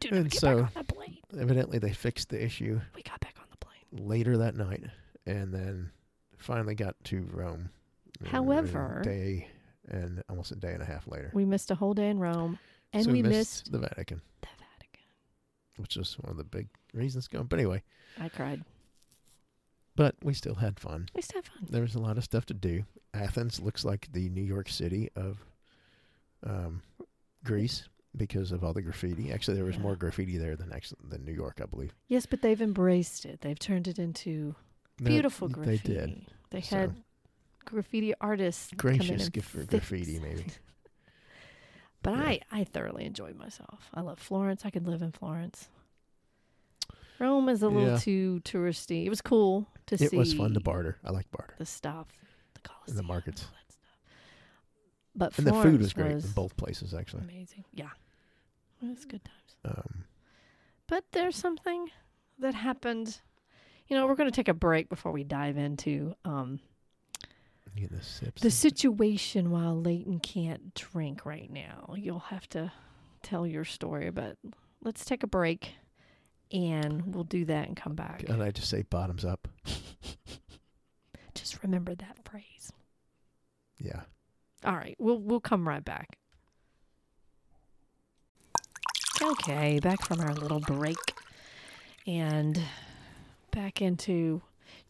Speaker 1: Do not
Speaker 2: And
Speaker 1: get
Speaker 2: so-
Speaker 1: back on the plane.
Speaker 2: Evidently, they fixed the issue
Speaker 1: We got back on the plane.
Speaker 2: later that night, and then finally got to Rome. uh,
Speaker 1: However-
Speaker 2: day and almost a day and a half later,
Speaker 1: We missed a whole day in Rome, and
Speaker 2: So
Speaker 1: we missed
Speaker 2: the Vatican,
Speaker 1: the Vatican.
Speaker 2: which was one of the big reasons going. But anyway,
Speaker 1: I cried.
Speaker 2: but we still had fun.
Speaker 1: We still had fun.
Speaker 2: There was a lot of stuff to do. Athens looks like the New York City of um, Greece because of all the graffiti. Actually, there was
Speaker 1: Yeah.
Speaker 2: more graffiti there than actually than New York, I believe.
Speaker 1: Yes, but they've embraced it. They've turned it into
Speaker 2: No,
Speaker 1: beautiful
Speaker 2: They
Speaker 1: graffiti.
Speaker 2: did.
Speaker 1: They
Speaker 2: So-
Speaker 1: had graffiti artists. come in
Speaker 2: Gracious
Speaker 1: and
Speaker 2: gift for
Speaker 1: fix
Speaker 2: graffiti,
Speaker 1: it.
Speaker 2: maybe.
Speaker 1: But
Speaker 2: Yeah.
Speaker 1: I, I thoroughly enjoyed myself. I love Florence. I could live in Florence. Rome is a little
Speaker 2: Yeah.
Speaker 1: too touristy. It was cool to
Speaker 2: It
Speaker 1: see.
Speaker 2: was fun to barter. I like barter.
Speaker 1: The stuff, the Colosseum,
Speaker 2: And the markets.
Speaker 1: all that stuff. But
Speaker 2: And the
Speaker 1: Florence
Speaker 2: food was great in
Speaker 1: was
Speaker 2: both places, actually.
Speaker 1: amazing. Yeah, it was good times.
Speaker 2: Um,
Speaker 1: But there's something that happened. You know, we're going to take a break before we dive into um,
Speaker 2: you get the sips.
Speaker 1: the situation why Leighton can't drink right now. You'll have to tell your story, but let's take a break and we'll do that and come back.
Speaker 2: and I just say bottoms up.
Speaker 1: Just remember that phrase.
Speaker 2: Yeah.
Speaker 1: All right, we'll we'll come right back. Okay, back from our little break and back into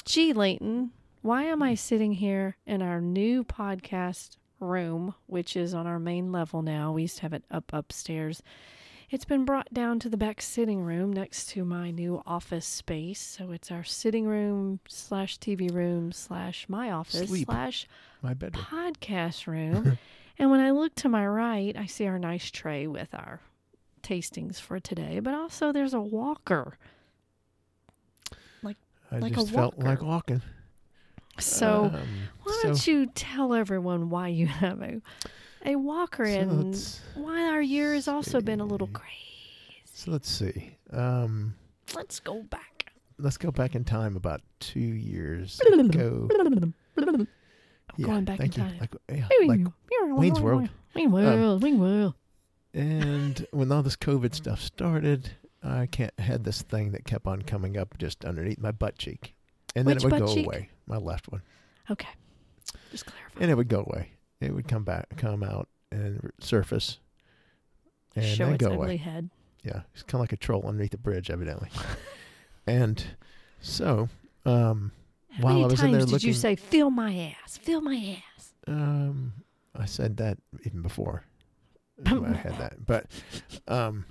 Speaker 1: Gee Layton, why am I sitting here in our new podcast room, which is on our main level now? We used to have it up upstairs It's been brought down to the back sitting room next to my new office space. So it's our sitting room slash TV room slash my office
Speaker 2: Sleep.
Speaker 1: slash
Speaker 2: My bedroom.
Speaker 1: podcast room. and when I look to my right, I see our nice tray with our tastings for today, but also there's a walker.
Speaker 2: I
Speaker 1: like a
Speaker 2: just felt
Speaker 1: walker.
Speaker 2: like walking.
Speaker 1: So
Speaker 2: Um,
Speaker 1: why
Speaker 2: so-
Speaker 1: don't you tell everyone why you have a, a walker
Speaker 2: so
Speaker 1: and
Speaker 2: let's-
Speaker 1: why our year has also been a little
Speaker 2: see.
Speaker 1: crazy.
Speaker 2: So let's see. Um,
Speaker 1: Let's go back.
Speaker 2: let's go back in time about two years ago.
Speaker 1: I'm going back in
Speaker 2: thank you.
Speaker 1: time.
Speaker 2: Like, yeah, like, Wayne's World. Um,
Speaker 1: Wayne's World. Wayne's World.
Speaker 2: and when all this COVID stuff started, I can't had this thing that kept on coming up just underneath my butt cheek, and then
Speaker 1: Which
Speaker 2: it would
Speaker 1: butt
Speaker 2: go
Speaker 1: cheek?
Speaker 2: away. My left one,
Speaker 1: Okay. Just clarify.
Speaker 2: and it would go away. It would come back, come out, and r- surface, and
Speaker 1: Show
Speaker 2: then
Speaker 1: its
Speaker 2: go
Speaker 1: ugly
Speaker 2: away.
Speaker 1: head.
Speaker 2: Yeah, it's kind of like a troll underneath the bridge, evidently. and so, um,
Speaker 1: How
Speaker 2: While
Speaker 1: many
Speaker 2: I was in
Speaker 1: times
Speaker 2: there
Speaker 1: did you
Speaker 2: looking-
Speaker 1: say, feel my ass, feel my ass?
Speaker 2: Um, I said that even before I had that, but um,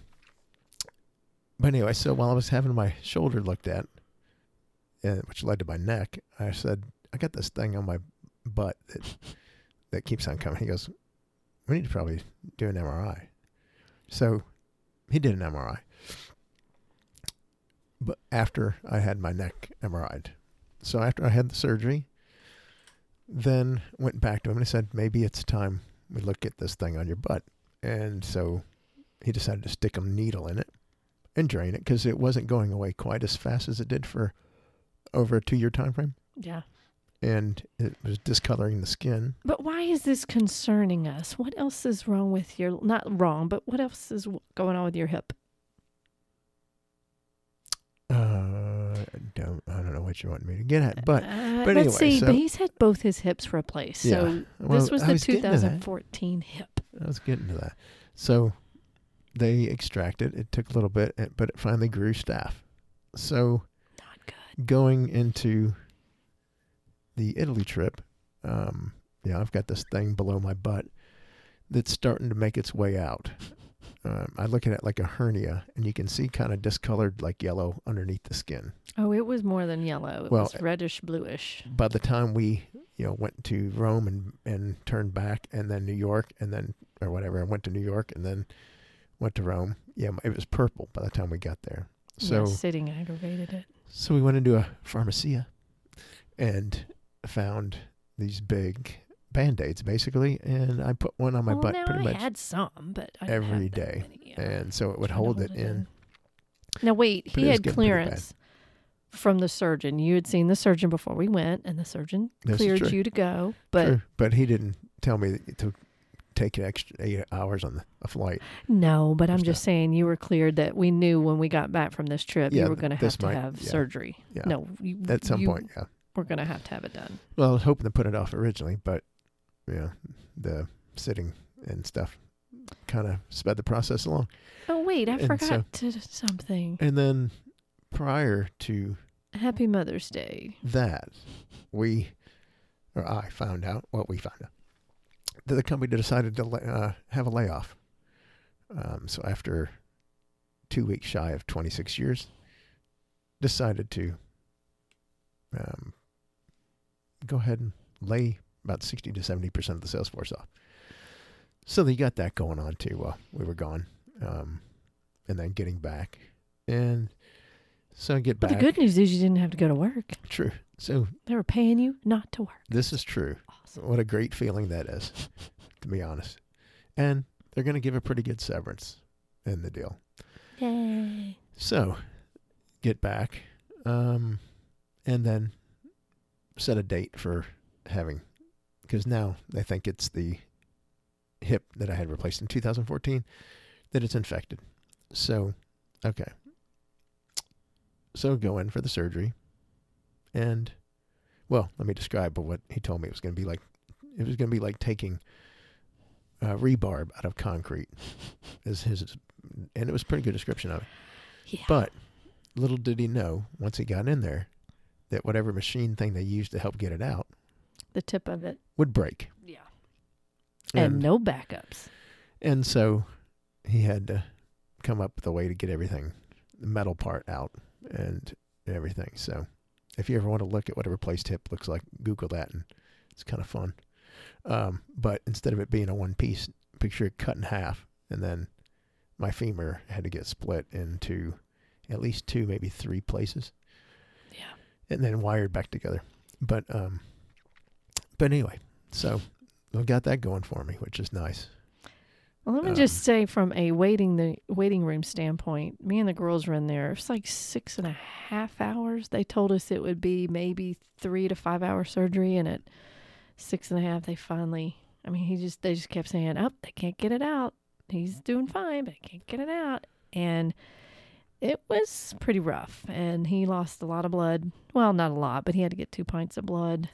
Speaker 2: but anyway, so while I was having my shoulder looked at, and which led to my neck, I said, "I got this thing on my butt that that keeps on coming." He goes, "We need to probably do an MRI." So he did an MRI, but after I had my neck MRI'd, so after I had the surgery, then went back to him and I said, maybe it's time we look at this thing on your butt. And so he decided to stick a needle in it and drain it because it wasn't going away quite as fast as it did for over a two year time frame.
Speaker 1: Yeah.
Speaker 2: And it was discoloring the skin.
Speaker 1: But why is this concerning us? What else is wrong with your, not wrong, but what else is w- going on with your hip?
Speaker 2: Uh, I don't I don't know what you want me to get at, but
Speaker 1: Uh,
Speaker 2: but
Speaker 1: let's
Speaker 2: anyway,
Speaker 1: see,
Speaker 2: so-
Speaker 1: but he's had both his hips replaced. So
Speaker 2: well,
Speaker 1: this was
Speaker 2: I
Speaker 1: the
Speaker 2: getting to that.
Speaker 1: 2014 hip.
Speaker 2: I was getting to that. So they extracted. It took a little bit, eh, but it finally grew staff. So
Speaker 1: Not good.
Speaker 2: going into the Italy trip, um, yeah, I've got this thing below my butt that's starting to make its way out. Um, I look at it like a hernia, and you can see kind of discolored, like yellow underneath the skin.
Speaker 1: Oh, it was more than yellow. It
Speaker 2: Well,
Speaker 1: was reddish bluish.
Speaker 2: By the time we, you know, went to Rome and and turned back, and then New York, and then or whatever, I went to New York and then went to Rome. Yeah, it was purple by the time we got there. So
Speaker 1: yeah, sitting aggravated it.
Speaker 2: So we went into a pharmacia and found these big band aids basically. And I put one on my
Speaker 1: well,
Speaker 2: butt
Speaker 1: Oh, now
Speaker 2: pretty
Speaker 1: I
Speaker 2: much
Speaker 1: had some, but I didn't
Speaker 2: every
Speaker 1: have that
Speaker 2: day.
Speaker 1: many, yeah.
Speaker 2: And so it would
Speaker 1: Trying to
Speaker 2: hold it in.
Speaker 1: Now wait,
Speaker 2: But
Speaker 1: he
Speaker 2: it was
Speaker 1: had
Speaker 2: getting pretty bad.
Speaker 1: clearance from the surgeon. You had seen the surgeon before we went, and the surgeon
Speaker 2: This is
Speaker 1: cleared
Speaker 2: true.
Speaker 1: you to go. But
Speaker 2: Sure. But he didn't tell me to take an extra eight hours on the, a flight.
Speaker 1: no, but I'm
Speaker 2: There's
Speaker 1: just saying you were cleared that we knew when we got back from this trip
Speaker 2: Yeah,
Speaker 1: you were going to
Speaker 2: this
Speaker 1: have to
Speaker 2: might-
Speaker 1: have
Speaker 2: yeah,
Speaker 1: surgery.
Speaker 2: yeah.
Speaker 1: No, you,
Speaker 2: At some
Speaker 1: you
Speaker 2: point, yeah.
Speaker 1: we're going to have to have it done.
Speaker 2: Well, I was hoping to put it off originally, but yeah, the sitting and stuff kind of sped the process along.
Speaker 1: Oh wait, I
Speaker 2: And so-
Speaker 1: forgot to do something.
Speaker 2: And then prior to
Speaker 1: Happy Mother's Day.
Speaker 2: that we, or I found out, well, we found out that the company decided to la- uh, have a layoff. Um, so after two weeks shy of 26 years, decided to um, go ahead and lay about 60 to 70% of the sales force off. So they got that going on too while we were gone. Um, and then getting back. And so I get
Speaker 1: But
Speaker 2: back.
Speaker 1: the good news is you didn't have to go to work.
Speaker 2: True. So
Speaker 1: They were paying you not to work.
Speaker 2: this is true.
Speaker 1: Awesome.
Speaker 2: What a great feeling that is, to be honest. And they're going to give a pretty good severance in the deal.
Speaker 1: Yay.
Speaker 2: So, get back, um, and then set a date for having, because now they think it's the hip that I had replaced in 2014 that it's infected. So, okay. So go in for the surgery, and well, let me describe what he told me it was going to be like. It was going to be like taking uh, rebarb out of concrete, is his, and it was a pretty good description of it.
Speaker 1: Yeah.
Speaker 2: But little did he know, once he got in there, that whatever machine thing they used to help get it out
Speaker 1: the tip of it.
Speaker 2: would break.
Speaker 1: Yeah. And, no backups.
Speaker 2: and so he had to come up with a way to get everything, the metal part out and everything. So if you ever want to look at what a replaced hip looks like, Google that and it's kind of fun. Um, but instead of it being a one piece, picture it cut in half. And then my femur had to get split into at least two, maybe three places
Speaker 1: Yeah.
Speaker 2: and then wired back together. But, um, but anyway, so I've got that going for me, which is nice.
Speaker 1: Well, let me
Speaker 2: Um,
Speaker 1: just say, from a waiting the waiting room standpoint, me and the girls were in there. It's like six and a half hours. They told us it would be maybe three to five hour surgery, and at six and a half, they finally. I mean, he just they just kept saying, "Up, they can't get it out. He's doing fine, but they can't get it out." And it was pretty rough, and he lost a lot of blood. Well, not a lot, but he had to get two pints of blood.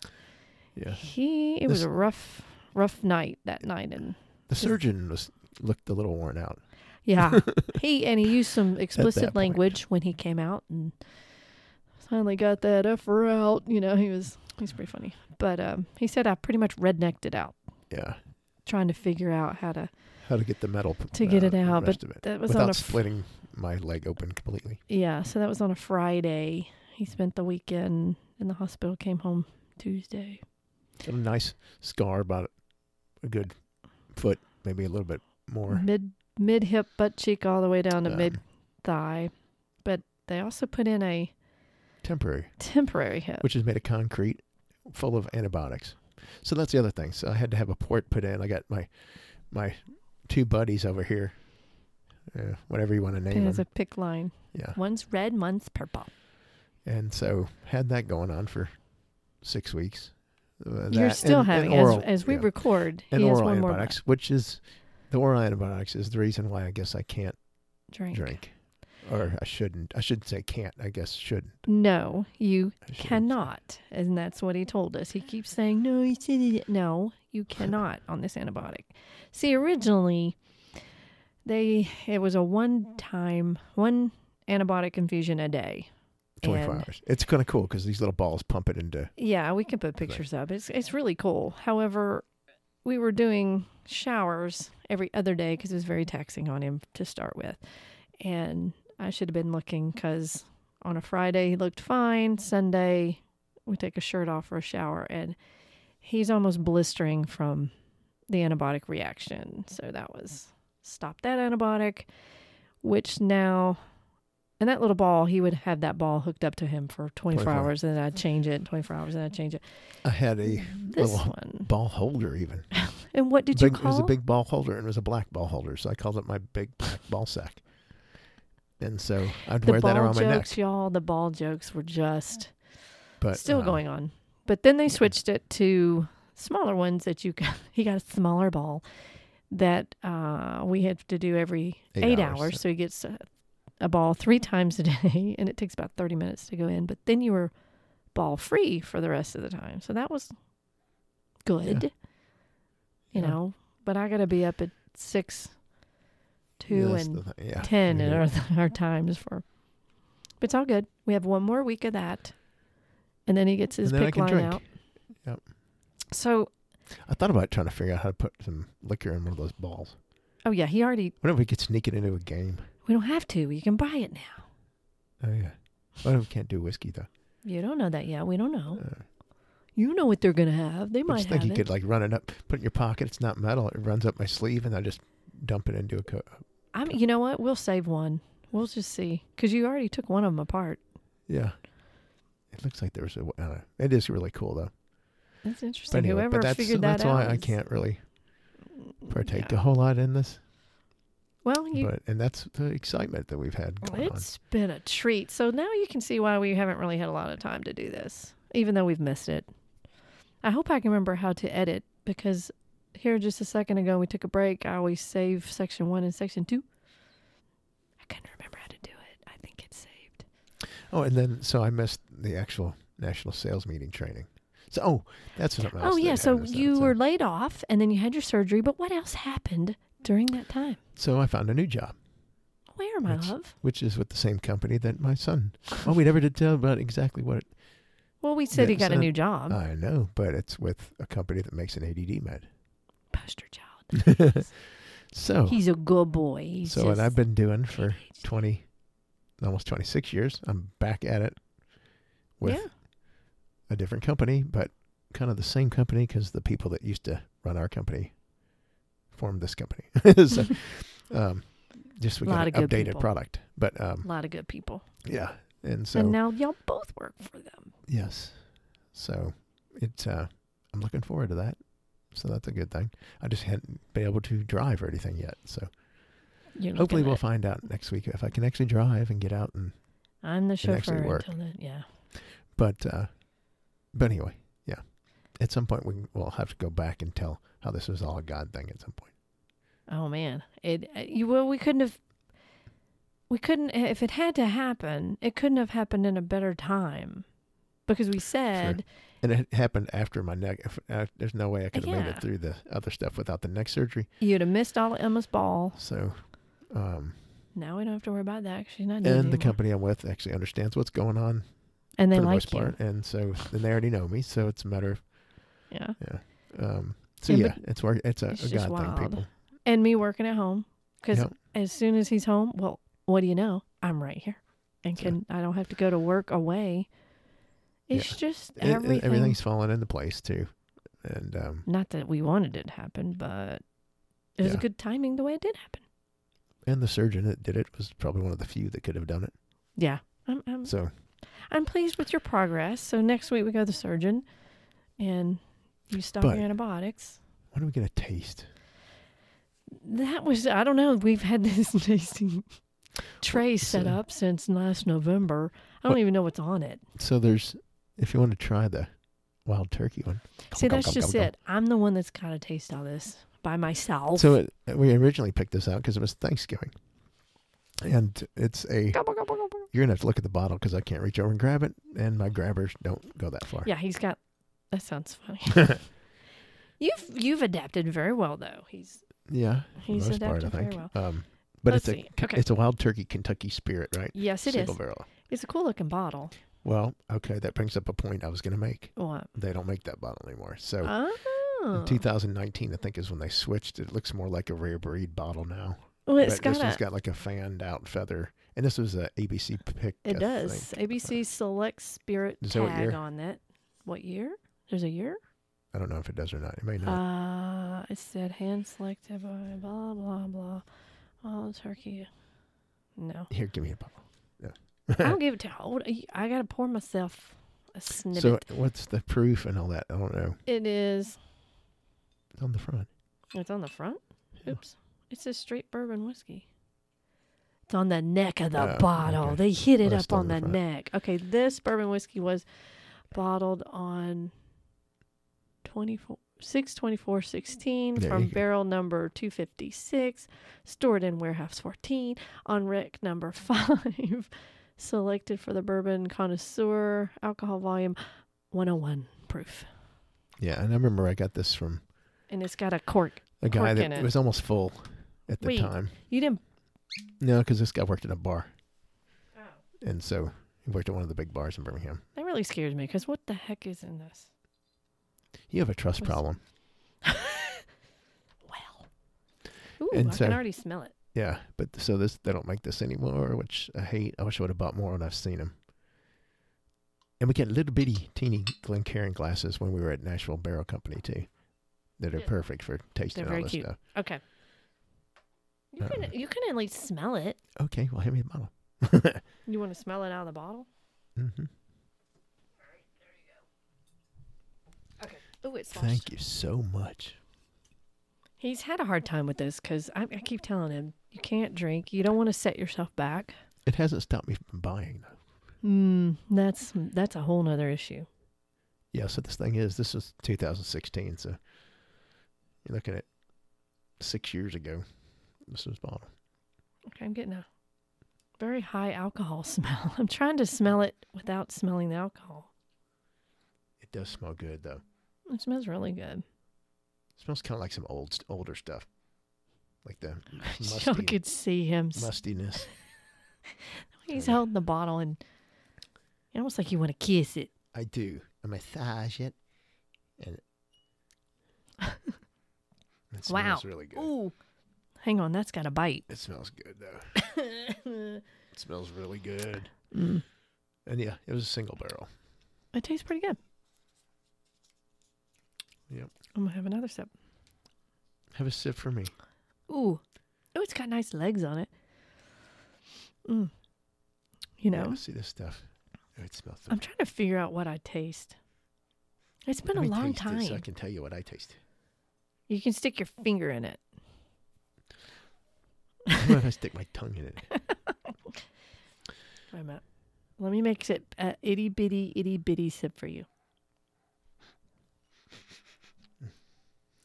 Speaker 2: Yeah.
Speaker 1: He it was
Speaker 2: This-
Speaker 1: a rough, rough night that night, and
Speaker 2: The surgeon was looked a little worn out.
Speaker 1: Yeah. he and he used some explicit
Speaker 2: point.
Speaker 1: language when he came out and finally got that effer out. You know, he was he's pretty funny. But um, he said I pretty much rednecked it out,
Speaker 2: Yeah.
Speaker 1: trying to figure out how to
Speaker 2: How to get the metal p-
Speaker 1: to get it
Speaker 2: the
Speaker 1: out. But
Speaker 2: rest of it.
Speaker 1: that was on a
Speaker 2: without
Speaker 1: f-
Speaker 2: splitting my leg open completely.
Speaker 1: yeah, so that was on a Friday. He spent the weekend in the hospital, came home Tuesday.
Speaker 2: Got a nice scar about a good foot, maybe a little bit more.
Speaker 1: Mid mid hip butt cheek all the way down to
Speaker 2: um,
Speaker 1: mid thigh. But they also put in a
Speaker 2: temporary,
Speaker 1: temporary hip.
Speaker 2: which is made of concrete, full of antibiotics. So that's the other thing. So I had to have a port put in. I got my my two buddies over here, uh, whatever you want to
Speaker 1: It
Speaker 2: name
Speaker 1: has
Speaker 2: them.
Speaker 1: a pick line.
Speaker 2: yeah,
Speaker 1: One's red, one's purple.
Speaker 2: and so had that going on for six weeks. Uh,
Speaker 1: You're
Speaker 2: that
Speaker 1: still
Speaker 2: and-
Speaker 1: having
Speaker 2: and oral,
Speaker 1: as as we
Speaker 2: yeah.
Speaker 1: record.
Speaker 2: and
Speaker 1: he has
Speaker 2: oral
Speaker 1: one more
Speaker 2: antibiotics, which is the oral antibiotics is the reason why I guess I can't
Speaker 1: bu- drink.
Speaker 2: drink, or I shouldn't. I shouldn't say can't. I guess shouldn't.
Speaker 1: No, you
Speaker 2: I shouldn't.
Speaker 1: cannot, and that's what he told us. He keeps saying, "No, you said it." No, you cannot on this antibiotic. See, originally, they it was a one time one antibiotic infusion a day.
Speaker 2: Twenty-four
Speaker 1: and-
Speaker 2: hours. It's kind of cool because these little balls pump it into.
Speaker 1: Yeah, we can put pictures up. It's it's really cool. However, we were doing showers every other day because it was very taxing on him to start with, and I should have been looking because on a Friday he looked fine. Sunday we take a shirt off for a shower, and he's almost blistering from the antibiotic reaction. So that was stop that antibiotic, which now. And that little ball, he would have that ball hooked up to him for 24,
Speaker 2: 24.
Speaker 1: hours, and then I'd change it, 24 hours, and I'd change it.
Speaker 2: I had a
Speaker 1: This
Speaker 2: little-
Speaker 1: one.
Speaker 2: ball holder even.
Speaker 1: And what Mm. did
Speaker 2: big,
Speaker 1: you call
Speaker 2: It was a big ball holder and it was a black ball holder, so I called it my big black ball sack. And so I'd
Speaker 1: the
Speaker 2: wear
Speaker 1: ball
Speaker 2: that around
Speaker 1: jokes,
Speaker 2: my neck.
Speaker 1: y'all? The ball jokes were just
Speaker 2: But
Speaker 1: still
Speaker 2: uh,
Speaker 1: going on. But then they switched it to smaller ones that you got. He got a smaller ball that uh, we have to do every
Speaker 2: Eight
Speaker 1: eight,
Speaker 2: hours,
Speaker 1: hours. So he gets a, a ball three times a day, and it takes about thirty minutes to go in. But then you were ball free for the rest of the time. So that was good, you
Speaker 2: Yeah.
Speaker 1: know. But I got to be up at six,
Speaker 2: yeah,
Speaker 1: two,
Speaker 2: that's
Speaker 1: and
Speaker 2: the thing, yeah, Mm-hmm.
Speaker 1: 10
Speaker 2: you
Speaker 1: at
Speaker 2: do.
Speaker 1: our, our times for but it's all good we have one more week of that and then he gets his
Speaker 2: And then I
Speaker 1: pick
Speaker 2: can
Speaker 1: line
Speaker 2: drink.
Speaker 1: out
Speaker 2: Yep.
Speaker 1: so
Speaker 2: I thought about trying to figure out how to put some liquor in one of those balls.
Speaker 1: oh yeah he already
Speaker 2: What if we could sneak it into a game?
Speaker 1: we don't have to you can buy it now
Speaker 2: Oh yeah. What if we can't do whiskey though?
Speaker 1: you don't know that yet we don't know
Speaker 2: Uh,
Speaker 1: you know what they're gonna have they
Speaker 2: I
Speaker 1: might
Speaker 2: just think
Speaker 1: have
Speaker 2: you
Speaker 1: it
Speaker 2: could like run it up, put it in your pocket. It's not metal. It runs up my sleeve, and I just dump it into a coat.
Speaker 1: i'm you know what we'll save one we'll just see because you already took one of them apart
Speaker 2: Yeah. It looks like there's a. Uh, it is really cool though.
Speaker 1: that's
Speaker 2: But
Speaker 1: interesting
Speaker 2: anyway,
Speaker 1: whoever
Speaker 2: but that's,
Speaker 1: figured that
Speaker 2: that's
Speaker 1: out
Speaker 2: why I
Speaker 1: is-
Speaker 2: can't really partake
Speaker 1: Yeah.
Speaker 2: a whole lot in this.
Speaker 1: well you
Speaker 2: but and that's the excitement that we've had going
Speaker 1: It's been a treat. So now you can see why we haven't really had a lot of time to do this, even though we've missed it. I hope I can remember how to edit because here just a second ago we took a break. I always save section one and section two. I couldn't remember how to do it. I think it's saved.
Speaker 2: on. Oh, and then so I missed the actual national sales meeting training. So oh, that's something else.
Speaker 1: oh
Speaker 2: that
Speaker 1: yeah, so
Speaker 2: happened, is that-
Speaker 1: you
Speaker 2: so-
Speaker 1: were laid off and then you had your surgery. But what else happened during that time?
Speaker 2: So I found a new job,
Speaker 1: Where, my
Speaker 2: That's-
Speaker 1: love?
Speaker 2: which is with the same company that my son. Well, we never did tell about exactly what it,
Speaker 1: Well, we said he
Speaker 2: that's
Speaker 1: got a
Speaker 2: not-
Speaker 1: new job.
Speaker 2: I know, but it's with a company that makes an ADD med.
Speaker 1: Poster child.
Speaker 2: So
Speaker 1: He's a good boy. He's
Speaker 2: so what
Speaker 1: just
Speaker 2: I've been doing for
Speaker 1: ADHD.
Speaker 2: 20, almost 26 years, I'm back at it with
Speaker 1: Yeah.
Speaker 2: a different company, but kind of the same company because the people that used to run our company formed this company. so, um, just we
Speaker 1: Lot
Speaker 2: got an
Speaker 1: of good
Speaker 2: updated
Speaker 1: people.
Speaker 2: product, but
Speaker 1: a
Speaker 2: um,
Speaker 1: lot of good people.
Speaker 2: yeah, and so
Speaker 1: and now y'all both work for them.
Speaker 2: yes, so it's uh, I'm looking forward to that. So that's a good thing. I just hadn't been able to drive or anything yet, so
Speaker 1: You're
Speaker 2: hopefully
Speaker 1: looking
Speaker 2: we'll
Speaker 1: at-
Speaker 2: find out next week if I can actually drive and get out and
Speaker 1: I'm the
Speaker 2: can actually
Speaker 1: chauffeur
Speaker 2: work.
Speaker 1: until then. Yeah.
Speaker 2: But uh, but anyway, yeah. At some point, we can- we'll have to go back and tell how this was all a God thing. At some point,
Speaker 1: Oh man, it uh, you well we couldn't have we couldn't if it had to happen, it couldn't have happened in a better time because we said
Speaker 2: and it happened after my neck. if- uh, There's no way I could have made
Speaker 1: Yeah.
Speaker 2: it through the other stuff without the neck surgery.
Speaker 1: you'd have missed all of Emma's ball.
Speaker 2: So, um,
Speaker 1: Now we don't have to worry about that. She's not
Speaker 2: and
Speaker 1: needed
Speaker 2: the
Speaker 1: anymore.
Speaker 2: company I'm with actually understands what's going on
Speaker 1: and they
Speaker 2: for the
Speaker 1: like
Speaker 2: most
Speaker 1: you.
Speaker 2: part, and so and they already know me. So it's a matter of
Speaker 1: Yeah,
Speaker 2: um. So
Speaker 1: Yeah,
Speaker 2: yeah, it's work. It's a,
Speaker 1: it's
Speaker 2: a
Speaker 1: just
Speaker 2: God
Speaker 1: wild.
Speaker 2: thing, people.
Speaker 1: and me working at home because
Speaker 2: Yep.
Speaker 1: as soon as he's home, well, what do you know? I'm right here and
Speaker 2: Sure.
Speaker 1: can I don't have to go to work away. It's just
Speaker 2: It- it-
Speaker 1: everything.
Speaker 2: everything's falling into place too, and um,
Speaker 1: Not that we wanted it to happen, but it was
Speaker 2: Yeah.
Speaker 1: good timing the way it did happen.
Speaker 2: and the surgeon that did it was probably one of the few that could have done it.
Speaker 1: Yeah. I'm, I'm
Speaker 2: So
Speaker 1: I'm pleased with your progress. So next week we go to the surgeon, and you stop
Speaker 2: But-
Speaker 1: your antibiotics.
Speaker 2: When do we get a taste?
Speaker 1: That was I don't know. We've had this tasting tray set
Speaker 2: so-
Speaker 1: up since last November. I don't
Speaker 2: What-
Speaker 1: even know what's on it.
Speaker 2: So there's, if you want to try the wild turkey one.
Speaker 1: See,
Speaker 2: Gulp,
Speaker 1: that's
Speaker 2: gulp,
Speaker 1: just
Speaker 2: gulp,
Speaker 1: it. I'm the one that's got to taste all this by myself.
Speaker 2: gulp. So it, we originally picked this out because it was Thanksgiving, and it's a
Speaker 1: Gobble, gobble, gobble.
Speaker 2: you're gonna have to look at the bottle because I can't reach over and grab it, and my grabbers don't go that far.
Speaker 1: Yeah, he's got. That sounds funny. you've you've adapted very well though. He's
Speaker 2: yeah, for the
Speaker 1: he's
Speaker 2: most part, I
Speaker 1: adapted
Speaker 2: think.
Speaker 1: very well.
Speaker 2: Um, but
Speaker 1: Let's
Speaker 2: it's
Speaker 1: see.
Speaker 2: a K-
Speaker 1: Okay.
Speaker 2: it's a wild turkey Kentucky spirit, right?
Speaker 1: Yes, it is.
Speaker 2: Single barrel.
Speaker 1: It's a cool looking bottle.
Speaker 2: Well, okay, that brings up a point I was gonna make.
Speaker 1: What?
Speaker 2: They don't make that bottle anymore. So
Speaker 1: Oh,
Speaker 2: in 2019, I think is when they switched. It looks more like a rare breed bottle now.
Speaker 1: well, it's
Speaker 2: but this
Speaker 1: got a,
Speaker 2: one's got like a fanned out feather, and this was a ABC pick.
Speaker 1: It
Speaker 2: I think.
Speaker 1: does. ABC Select Spirit
Speaker 2: Is that what
Speaker 1: tag
Speaker 2: year?
Speaker 1: on it. What year? There's a year?
Speaker 2: I don't know if it does or not. It may not.
Speaker 1: Uh, it said hand selected by blah, blah, blah. Oh, turkey. No.
Speaker 2: Here, give me a bottle.
Speaker 1: I'll give it to hold. I got to pour myself a snippet.
Speaker 2: So what's the proof and all that? I don't know.
Speaker 1: it is.
Speaker 2: It's on the front.
Speaker 1: It's on the front?
Speaker 2: Yeah.
Speaker 1: Oops. It's a straight bourbon whiskey. It's on the neck of the
Speaker 2: Oh,
Speaker 1: bottle.
Speaker 2: okay.
Speaker 1: They hit it
Speaker 2: Well, it's
Speaker 1: up
Speaker 2: still
Speaker 1: on
Speaker 2: on the
Speaker 1: the
Speaker 2: front.
Speaker 1: neck. Okay, this bourbon whiskey was bottled on 24 62416
Speaker 2: There
Speaker 1: from
Speaker 2: you go.
Speaker 1: barrel number 256, stored in warehouse 14 on rec number 5, selected for the bourbon connoisseur, alcohol volume 101 proof.
Speaker 2: Yeah, and I remember I got this from
Speaker 1: And it's got a cork.
Speaker 2: a guy
Speaker 1: Cork
Speaker 2: that
Speaker 1: in it.
Speaker 2: was almost full at the
Speaker 1: Wait.
Speaker 2: time.
Speaker 1: You didn't
Speaker 2: No, because this guy worked at a bar,
Speaker 1: Oh.
Speaker 2: and so he worked at one of the big bars in Birmingham.
Speaker 1: That really scares me because what the heck is in this?
Speaker 2: You have a trust
Speaker 1: Was-
Speaker 2: problem.
Speaker 1: Well, ooh,
Speaker 2: And
Speaker 1: I
Speaker 2: so-
Speaker 1: can already smell it.
Speaker 2: Yeah, but so this they don't make this anymore, which I hate. I wish I would have bought more when I've seen them. And we get little bitty teeny Glencairn glasses when we were at Nashville Barrel Company too, that are
Speaker 1: Yeah.
Speaker 2: perfect for tasting all
Speaker 1: very
Speaker 2: this
Speaker 1: cute.
Speaker 2: stuff.
Speaker 1: Okay. You can
Speaker 2: Uh-uh.
Speaker 1: you can at least smell it.
Speaker 2: Okay, well hand me the bottle.
Speaker 1: You want to smell it out of the bottle?
Speaker 2: hmm
Speaker 1: Oh, it's lost.
Speaker 2: Thank you so much.
Speaker 1: He's had a hard time with this because I, I keep telling him you can't drink. You don't want to set yourself back.
Speaker 2: It hasn't stopped me from buying though.
Speaker 1: Mm, that's that's a whole nother issue.
Speaker 2: Yeah, so this thing is this was 2016, so you're looking at six years ago. This was bottle.
Speaker 1: Okay, I'm getting a very high alcohol smell. I'm trying to smell it without smelling the alcohol.
Speaker 2: It does smell good though.
Speaker 1: It smells really good.
Speaker 2: smells kind of like some old st- older stuff, like the
Speaker 1: Y'all
Speaker 2: musty,
Speaker 1: could see him
Speaker 2: mustiness.
Speaker 1: He's
Speaker 2: Okay.
Speaker 1: holding the bottle and and almost like you want to kiss it.
Speaker 2: I do. I massage it, and it, it
Speaker 1: Wow.
Speaker 2: smells really good.
Speaker 1: Ooh. Hang on, that's got a bite.
Speaker 2: It smells good though.
Speaker 1: it
Speaker 2: It smells really good.
Speaker 1: Mm.
Speaker 2: And yeah, it was a single barrel.
Speaker 1: tastes pretty good.
Speaker 2: Yep.
Speaker 1: I'm gonna have another sip.
Speaker 2: Have a sip for me.
Speaker 1: Ooh, oh, it's got nice legs on it. Mm. You
Speaker 2: Yeah,
Speaker 1: know,
Speaker 2: I see this stuff. Oh, it smells.
Speaker 1: I'm trying to figure out what I taste. It's been
Speaker 2: Let
Speaker 1: a
Speaker 2: me
Speaker 1: long
Speaker 2: taste this so I
Speaker 1: time.
Speaker 2: can tell you what I taste.
Speaker 1: You can stick your finger in it.
Speaker 2: I'm gonna stick my tongue in it.
Speaker 1: Wait a minute. Let me make it a itty bitty itty bitty sip for you.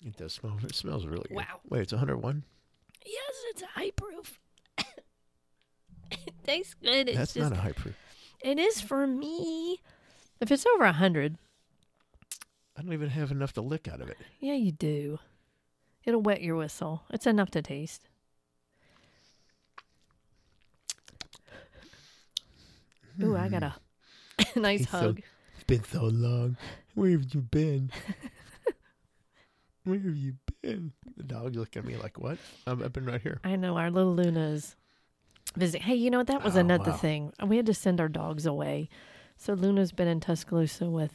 Speaker 2: It does smell. It smells really good.
Speaker 1: Wow.
Speaker 2: Wait, it's 101.
Speaker 1: Yes, it's a high proof. it tastes good. It's
Speaker 2: That's
Speaker 1: just
Speaker 2: not a high proof.
Speaker 1: it is for me. If it's over a hundred,
Speaker 2: I don't even have enough to lick out of it.
Speaker 1: yeah, you do. It'll wet your whistle. It's enough to taste. Ooh, I got a nice
Speaker 2: He's so-
Speaker 1: hug.
Speaker 2: It's been so long. Where have you been? Where have you been? The dog looked at me like, "What? I'm, I've been right here."
Speaker 1: I know our little Luna's visiting. Hey, you know what? That was
Speaker 2: Oh,
Speaker 1: another
Speaker 2: wow.
Speaker 1: thing. We had to send our dogs away. So Luna's been in Tuscaloosa with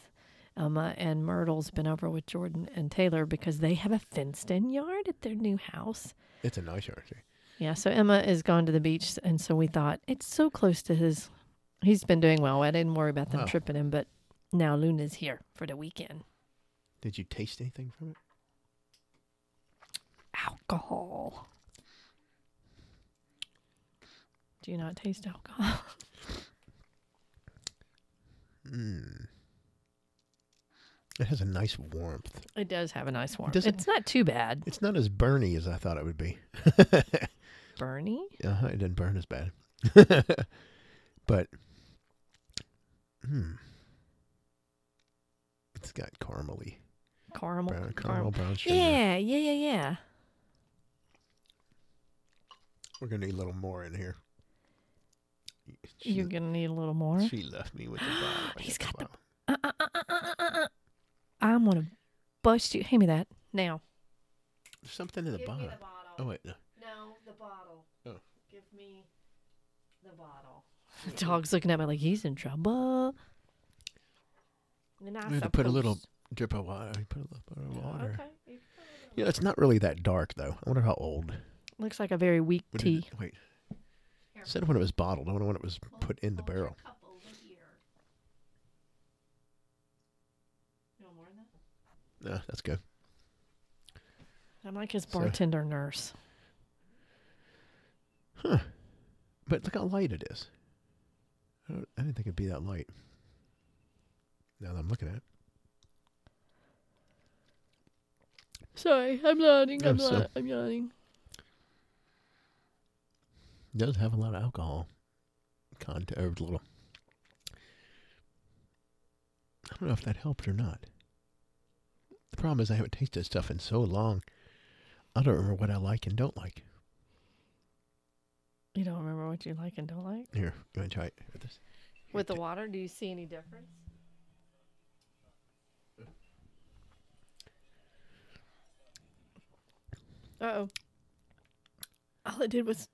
Speaker 1: Emma, and Myrtle's been over with Jordan and Taylor because they have a fenced in yard at their new house.
Speaker 2: It's a nice yard. actually.
Speaker 1: Yeah, so Emma is gone to the beach, and so we thought it's so close to his. He's been doing well. I didn't worry about them
Speaker 2: Wow.
Speaker 1: tripping him, but now Luna's here for the weekend.
Speaker 2: Did you taste anything from it?
Speaker 1: Alcohol. Do you not taste alcohol?
Speaker 2: Mm. It has a nice warmth.
Speaker 1: It does have a nice warmth.
Speaker 2: doesn't-
Speaker 1: It's not too bad.
Speaker 2: It's not as burny as I thought it would be.
Speaker 1: Bernie?
Speaker 2: Uh, it didn't burn as bad. but hmm, it's got caramely
Speaker 1: Caramel?
Speaker 2: brown, caramel
Speaker 1: Caramel.
Speaker 2: brown sugar.
Speaker 1: Yeah, yeah, yeah, yeah.
Speaker 2: We're gonna need a little more in here. She,
Speaker 1: You're going to need a little more.
Speaker 2: she left me with the bottle. I
Speaker 1: He's
Speaker 2: got
Speaker 1: got the-
Speaker 2: bottle.
Speaker 1: Uh, uh, uh, uh, uh, uh, uh. I'm going to bust you. Hand me that now.
Speaker 2: There's something in the bottle. Oh wait, no.
Speaker 1: No, the bottle.
Speaker 2: Oh.
Speaker 1: Give me the bottle. dog's looking at me like he's in trouble. And I
Speaker 2: We had to put a little
Speaker 1: suppose-
Speaker 2: drip of water. Put a little bit of water.
Speaker 1: Oh, Okay. you-
Speaker 2: Yeah, it's not really that dark though. I wonder how old.
Speaker 1: Looks like a very weak
Speaker 2: What did
Speaker 1: tea.
Speaker 2: it- wait. Said when it was bottled. I wonder when it was put in the barrel. No, that's good.
Speaker 1: I'm like his
Speaker 2: So-
Speaker 1: bartender nurse.
Speaker 2: But look how light it is. I, don't, I didn't think it'd be that light. Now that I'm looking at it.
Speaker 1: Sorry, I'm yawning.
Speaker 2: Oh,
Speaker 1: I'm,
Speaker 2: so-
Speaker 1: yaw- I'm yawning.
Speaker 2: It does have a lot of alcohol content, or a little. I don't know if that helped or not. The problem is I haven't tasted this stuff in so long. I don't remember what I like and don't like.
Speaker 1: You don't remember what you like and don't like?
Speaker 2: Here, you want to try it with this?
Speaker 1: With the water, do you see any difference? Uh oh. All it did was.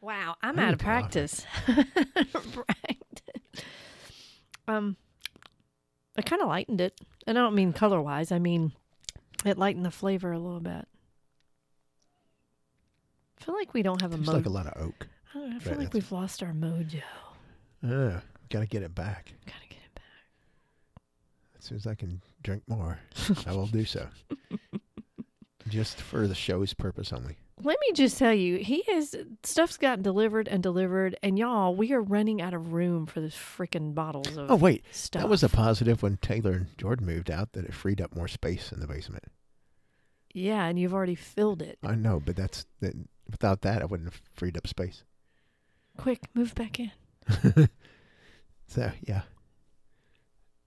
Speaker 1: wow, I'm
Speaker 2: I
Speaker 1: out
Speaker 2: need
Speaker 1: of
Speaker 2: to laugh at
Speaker 1: practice. practice. Um, I kind of lightened it, and I don't mean color wise. I mean, it lightened the flavor a little bit. I feel like we don't have a
Speaker 2: It's
Speaker 1: mojo.
Speaker 2: like a lot of oak.
Speaker 1: I don't know, I feel
Speaker 2: Right,
Speaker 1: like
Speaker 2: that's-
Speaker 1: we've lost our mojo.
Speaker 2: Yeah, gotta get it back.
Speaker 1: Gotta get it back.
Speaker 2: As soon as I can drink more, I will do so. Just for the show's purpose only.
Speaker 1: Let me just tell you, he has stuff's gotten delivered and delivered, and y'all, we are running out of room for this freaking bottles of
Speaker 2: Oh wait,
Speaker 1: stuff.
Speaker 2: that was a positive when Taylor and Jordan moved out that it freed up more space in the basement.
Speaker 1: yeah, and you've already filled it.
Speaker 2: I know, but that's that, without that I wouldn't have freed up space.
Speaker 1: Quick, move back in.
Speaker 2: So yeah,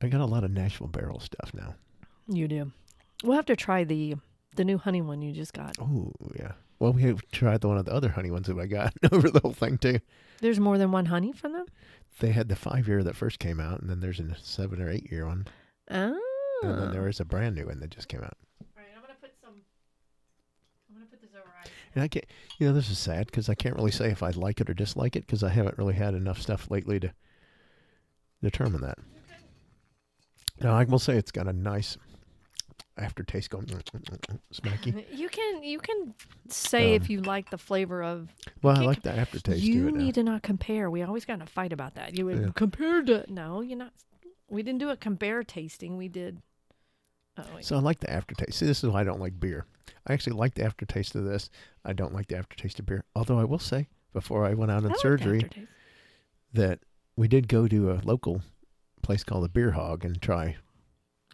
Speaker 2: I got a lot of Nashville barrel stuff now.
Speaker 1: You do. We'll have to try the the new honey one you just got.
Speaker 2: Oh yeah. Well, we have tried the one of the other honey ones that I got over the whole thing too.
Speaker 1: There's more than one honey from them.
Speaker 2: They had the five year that first came out, and then there's a seven or eight year one,
Speaker 1: Oh.
Speaker 2: and then there is a brand new one that just came out.
Speaker 1: All right, I'm gonna put some
Speaker 2: And I can't, you know, this is sad because I can't really say if I like it or dislike it because I haven't really had enough stuff lately to determine that. Now, I will say it's got a nice aftertaste going mm, smacky.
Speaker 1: You can you can say
Speaker 2: Um,
Speaker 1: if you like the flavor of.
Speaker 2: Well, I
Speaker 1: can't
Speaker 2: like that aftertaste to
Speaker 1: you
Speaker 2: it. now.
Speaker 1: need to not compare. We always got in a fight about that. You would
Speaker 2: Yeah.
Speaker 1: compare to no, you're not. We didn't do a compare tasting. We did. Oh, wait.
Speaker 2: So I like the aftertaste. See, this is why I don't like beer. I actually like the aftertaste of this. I don't like the aftertaste of beer. Although I will say, before I went out
Speaker 1: I
Speaker 2: on
Speaker 1: like the
Speaker 2: surgery,
Speaker 1: aftertaste.
Speaker 2: that we did go to a local place called the Beer Hog and try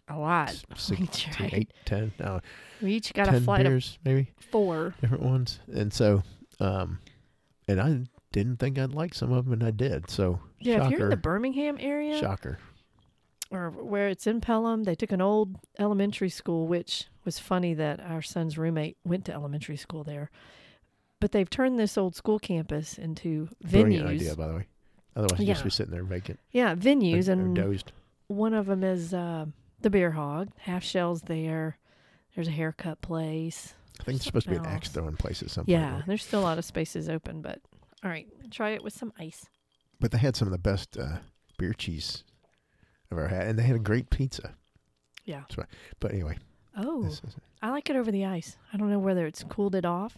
Speaker 1: A lot.
Speaker 2: s- six,
Speaker 1: we
Speaker 2: two,
Speaker 1: tried.
Speaker 2: eight, ten, no,
Speaker 1: We each got a
Speaker 2: ten
Speaker 1: flight
Speaker 2: beers maybe
Speaker 1: of four.
Speaker 2: different ones. And so, um, and I didn't think I'd like some of them, and I did. So
Speaker 1: Yeah, if you're in the
Speaker 2: shocker,
Speaker 1: Birmingham area
Speaker 2: shocker.
Speaker 1: or where it's in Pelham, they took an old elementary school, which was funny that our son's roommate went to elementary school there. But they've turned this old school campus into venues.
Speaker 2: Brilliant idea, by the way. Otherwise, you'd just
Speaker 1: Yeah.
Speaker 2: be sitting there vacant
Speaker 1: Yeah,
Speaker 2: or,
Speaker 1: venues,
Speaker 2: or
Speaker 1: and
Speaker 2: dozed.
Speaker 1: one of them is uh, the Beer Hog. Half shells there. There's a haircut place.
Speaker 2: I think it's supposed to be an
Speaker 1: something
Speaker 2: axe
Speaker 1: else.
Speaker 2: throwing place at some point.
Speaker 1: Yeah,
Speaker 2: right?
Speaker 1: there's still a lot of spaces open, but all right, try it with some ice.
Speaker 2: but they had some of the best uh, beer cheese I've ever had, and they had a great pizza.
Speaker 1: Yeah.
Speaker 2: That's right. But anyway,
Speaker 1: Oh,
Speaker 2: this is-
Speaker 1: I like it over the ice. I don't know whether it's cooled it off.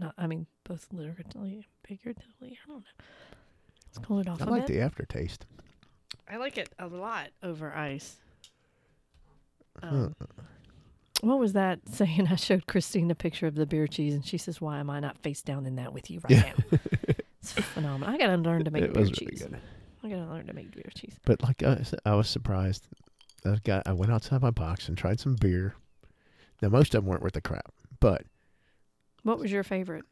Speaker 1: Not, I mean, both literally and figuratively. I don't know. It's cooled it off
Speaker 2: I
Speaker 1: a
Speaker 2: like
Speaker 1: bit.
Speaker 2: the aftertaste.
Speaker 1: I like it a lot over ice.
Speaker 2: Huh. Hmm.
Speaker 1: Um, What was that saying? I showed Christine a picture of the beer cheese, and she says, "Why am I not face down in that with you right
Speaker 2: Yeah.
Speaker 1: now?" It's phenomenal. I gotta learn to make
Speaker 2: it
Speaker 1: beer
Speaker 2: was
Speaker 1: cheese.
Speaker 2: really good.
Speaker 1: I gotta learn to make beer cheese.
Speaker 2: But like I, s- I was surprised. I got I went outside my box and tried some beer. Now most of them weren't worth the crap, but
Speaker 1: What was your favorite?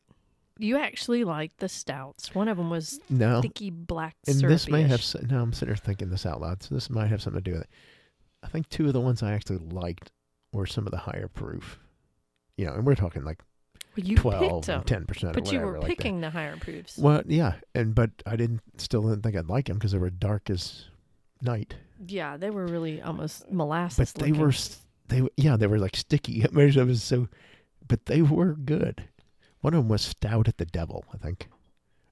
Speaker 1: You actually liked the stouts. One of them was
Speaker 2: no.
Speaker 1: sticky black
Speaker 2: Oh. And
Speaker 1: syrup.
Speaker 2: this may have s- no. I'm sitting here thinking this out loud, so this might have something to do with it. I think two of the ones I actually liked were some of the higher proof. You know, and we're talking like
Speaker 1: well, you
Speaker 2: twelve
Speaker 1: picked 'em,
Speaker 2: and ten percent,
Speaker 1: but you
Speaker 2: whatever,
Speaker 1: were
Speaker 2: like that.
Speaker 1: picking the higher proofs.
Speaker 2: Well, yeah, and but I didn't still didn't think I'd like them because they were dark as night.
Speaker 1: Yeah, they were really almost molasses.
Speaker 2: But they were s- they w- yeah they were like sticky. I mean, it was so, but they were good. One of them was stout at the devil, I think.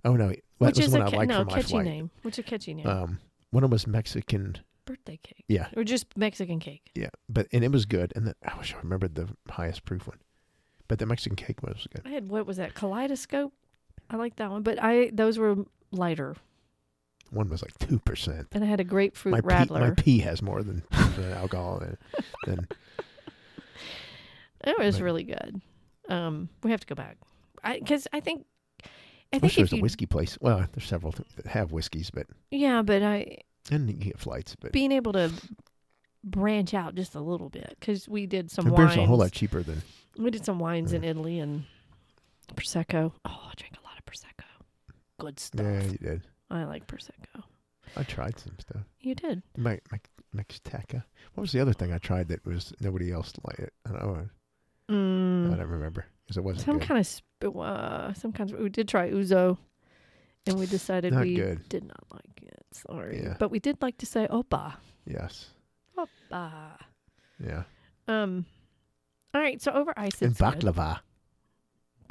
Speaker 2: Oh no, that
Speaker 1: which
Speaker 2: was
Speaker 1: is
Speaker 2: one
Speaker 1: a
Speaker 2: I
Speaker 1: ca-
Speaker 2: liked
Speaker 1: no
Speaker 2: for my
Speaker 1: catchy
Speaker 2: flight.
Speaker 1: name. Which a catchy name.
Speaker 2: Um, one of them was Mexican.
Speaker 1: Birthday cake
Speaker 2: Yeah,
Speaker 1: or just Mexican cake.
Speaker 2: yeah, but and it was good. And the, I wish I remembered the highest proof one, but the Mexican cake one was good.
Speaker 1: I had what was that kaleidoscope? I like that one, but I those were lighter,
Speaker 2: One was like two percent.
Speaker 1: and I had a grapefruit
Speaker 2: My pee, my
Speaker 1: rattler.
Speaker 2: pee has more than, than alcohol in it. Than,
Speaker 1: it was
Speaker 2: but-
Speaker 1: really good. Um, we have to go back, I because I think I
Speaker 2: I
Speaker 1: think
Speaker 2: wish there was
Speaker 1: if
Speaker 2: a
Speaker 1: you
Speaker 2: whiskey place. Well, there's several th- that have whiskeys, but
Speaker 1: yeah, but I
Speaker 2: and you can get flights, but
Speaker 1: being able to branch out just a little bit because we did some
Speaker 2: the beer's
Speaker 1: wines.
Speaker 2: a whole lot cheaper than
Speaker 1: We did some wines in Italy and prosecco. Oh, I drank a lot of prosecco. Good stuff.
Speaker 2: yeah you did.
Speaker 1: I like prosecco.
Speaker 2: I tried some stuff.
Speaker 1: You did.
Speaker 2: My my Mixteca. What was the other thing I tried that was nobody else liked it? I don't know. I
Speaker 1: Mm,
Speaker 2: don't remember because it wasn't
Speaker 1: some
Speaker 2: good.
Speaker 1: kind of sp- uh, some kinds. Of, we did try uzo, and we decided
Speaker 2: Not
Speaker 1: we
Speaker 2: good.
Speaker 1: did not like it. Sorry,
Speaker 2: Yeah.
Speaker 1: but we did like to say opa,
Speaker 2: yes.
Speaker 1: opa.
Speaker 2: Yeah.
Speaker 1: Um. All right, so over ice
Speaker 2: and
Speaker 1: it's good. Ah.
Speaker 2: baklava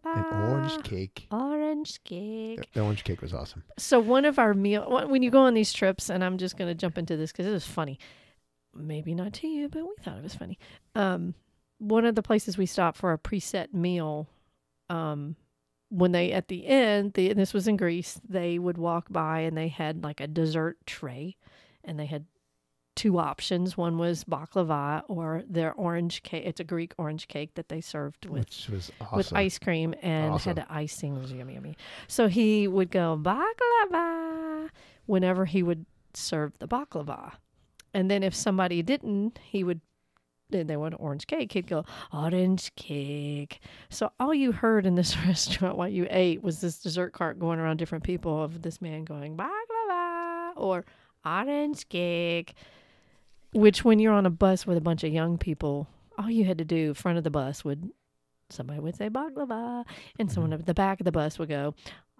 Speaker 1: Baklava.
Speaker 2: and orange cake.
Speaker 1: Orange cake.
Speaker 2: The- The orange cake was awesome.
Speaker 1: So one of our meal wh- when you go on these trips, and I'm just going to jump into this because it is funny. Maybe not to you, but we thought it was funny. Um, one of the places we stopped for a preset meal, um, when they at the end, the, and this was in Greece, they would walk by and they had like a dessert tray, and they had two options. One was baklava or their orange cake. It's a Greek orange cake that they served with
Speaker 2: Which was awesome.
Speaker 1: with ice cream and
Speaker 2: Awesome.
Speaker 1: had the icing It was yummy yummy. So he would go baklava whenever he would serve the baklava, and then if somebody didn't, he would. Then they want orange cake. He'd go orange cake. So all you heard in this restaurant while you ate was this dessert cart going around different people of this man going baklava or orange cake. Which, when you're on a bus with a bunch of young people, all you had to do front of the bus would somebody would say baklava, and someone at the back of the bus would go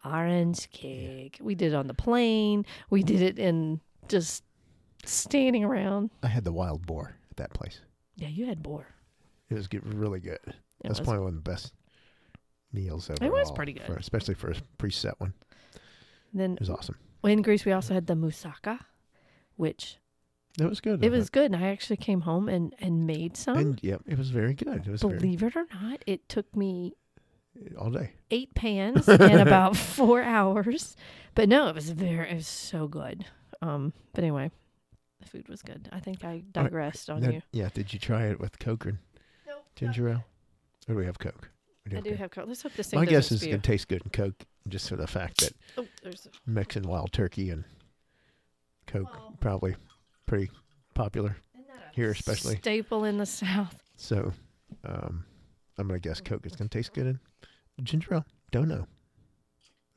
Speaker 1: orange cake. We did it on the plane. We did it in just standing around.
Speaker 2: I had the wild boar at that place.
Speaker 1: Yeah, you had boar.
Speaker 2: It was good, really good.
Speaker 1: It
Speaker 2: That's
Speaker 1: was-
Speaker 2: probably one of the best meals overall.
Speaker 1: It was pretty good. Mm.
Speaker 2: for- especially for a preset one.
Speaker 1: Then
Speaker 2: It was awesome.
Speaker 1: in Greece, we also had the moussaka, which
Speaker 2: It was good. I
Speaker 1: it was good. And I actually came home and, and made
Speaker 2: thought.
Speaker 1: some.
Speaker 2: And yeah, it was very good. It was very,
Speaker 1: Believe it or not, it took me
Speaker 2: all day.
Speaker 1: eight pans in about four hours. But no, it was very, it was so good. Um, but anyway, the food was good. I think I digressed on
Speaker 2: Now-
Speaker 1: you.
Speaker 2: Yeah. Did you try it with Coke or
Speaker 1: Nope,
Speaker 2: ginger ale? Or do we have Coke? We
Speaker 1: I do
Speaker 2: Coke.
Speaker 1: have. co- Let's hope this thing
Speaker 2: My guess
Speaker 1: doesn't
Speaker 2: is it's
Speaker 1: spew.
Speaker 2: going to taste good in Coke just for the fact that
Speaker 1: Oh, there's a-
Speaker 2: mixing wild turkey and Coke
Speaker 1: Well-
Speaker 2: probably pretty popular.
Speaker 1: isn't that a
Speaker 2: Here especially.
Speaker 1: staple in the South.
Speaker 2: So um, I'm going to guess Coke is going to taste good in ginger ale. Don't know.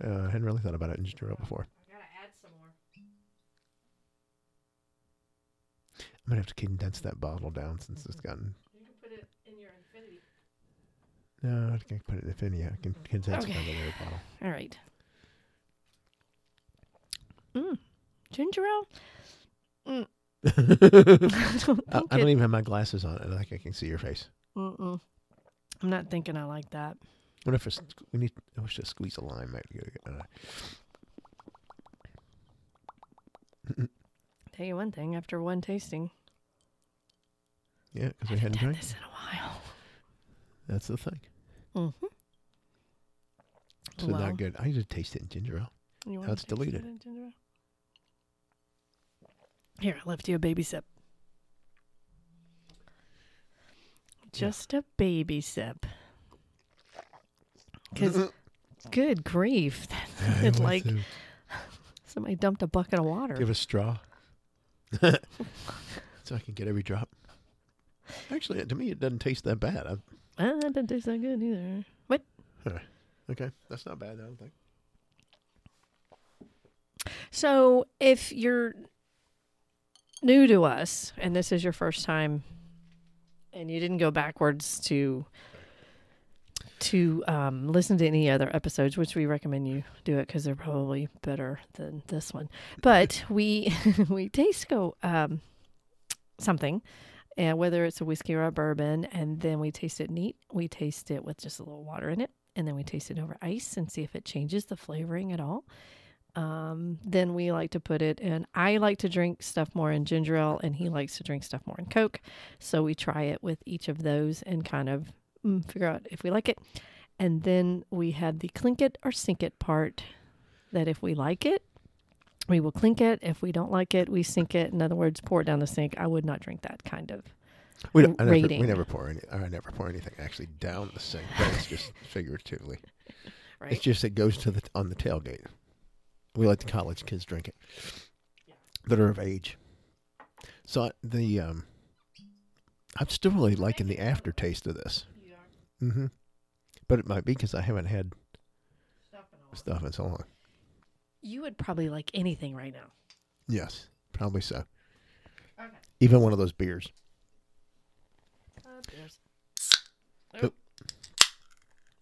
Speaker 2: Uh, I hadn't really thought about it in ginger ale before.
Speaker 1: I gotta add some more.
Speaker 2: I'm going to have to condense that bottle down since it's gotten.
Speaker 1: You can put it in your infinity.
Speaker 2: No, I can put it if any. I can condense it
Speaker 1: Okay.
Speaker 2: on the little bottle.
Speaker 1: All right. Mm. Ginger ale? I don't
Speaker 2: I,
Speaker 1: think
Speaker 2: I
Speaker 1: it-
Speaker 2: don't e-, even have my glasses on. I don't think I can see your face.
Speaker 1: Mm-mm. I'm not thinking I like that.
Speaker 2: What if it's, we need? I wish to squeeze a lime. Might be good. Uh,
Speaker 1: Tell you one thing, after one tasting,
Speaker 2: yeah, because
Speaker 1: I
Speaker 2: we
Speaker 1: haven't
Speaker 2: hadn't
Speaker 1: had
Speaker 2: drank.
Speaker 1: this in a while.
Speaker 2: That's the thing.
Speaker 1: Mm-hmm.
Speaker 2: So
Speaker 1: Well.
Speaker 2: not good. I just taste it in ginger ale.
Speaker 1: You wanna
Speaker 2: That's
Speaker 1: taste
Speaker 2: deleted.
Speaker 1: that in ginger ale? Here, I left you a baby sip. Just a baby sip. Because, good grief, it's like somebody dumped a bucket of water.
Speaker 2: give a straw, so I can get every drop. Actually, to me, it doesn't taste that bad. I,
Speaker 1: Ah, that doesn't taste that good either. What?
Speaker 2: okay, that's not bad. I don't think.
Speaker 1: So, if you're new to us and this is your first time, and you didn't go backwards to to um, listen to any other episodes, which we recommend you do it because they're probably better than this one. But we we taste go um, something, and whether it's a whiskey or a bourbon, and then we taste it neat. We taste it with just a little water in it, and then we taste it over ice and see if it changes the flavoring at all. Um, then we like to put it in. I like to drink stuff more in ginger ale, and he likes to drink stuff more in Coke. So we try it with each of those and kind of mm, figure out if we like it. And then we have the clink it or sink it part that if we like it, we will clink it. If we don't like it, we sink it. In other words, pour it down the sink. I would not drink that kind of.
Speaker 2: We don't, I never, we
Speaker 1: Rating.
Speaker 2: never pour any. I never pour anything actually down the sink. But it's just figuratively.
Speaker 1: Right.
Speaker 2: It's just it goes to the on the tailgate. We let the college kids drink it that are of age. So I- the um, I'm still really liking the aftertaste of this. Mm-hmm. But it might be because I haven't had stuff in so long.
Speaker 1: You would probably like anything right now.
Speaker 2: Yes, probably so.
Speaker 1: Okay.
Speaker 2: Even one of those beers.
Speaker 1: Uh,
Speaker 2: Oop.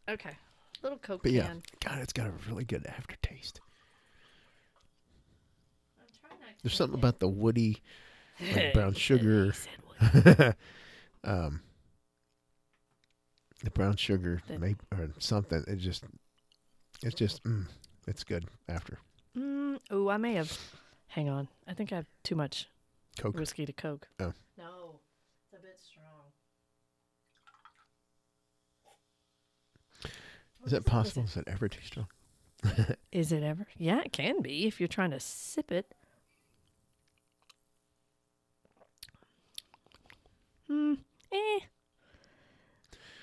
Speaker 1: Okay. Little Coke
Speaker 2: But yeah,
Speaker 1: can.
Speaker 2: God, it's got a really good aftertaste.
Speaker 1: I'm trying not to
Speaker 2: There's
Speaker 1: think
Speaker 2: something
Speaker 1: it.
Speaker 2: about the woody, like brown
Speaker 1: He
Speaker 2: sugar,
Speaker 1: said what?
Speaker 2: um, the brown sugar,
Speaker 1: The-
Speaker 2: maybe or something. It just, it's just, mm, it's good after
Speaker 1: Mm, oh, I may have. Hang on. I think I have too much
Speaker 2: Coke.
Speaker 1: whiskey to Coke.
Speaker 2: Oh.
Speaker 1: No, it's a bit strong.
Speaker 2: Is that possible? Is that ever too strong?
Speaker 1: Is it ever? Yeah, it can be if you're trying to sip it. Hmm. Eh.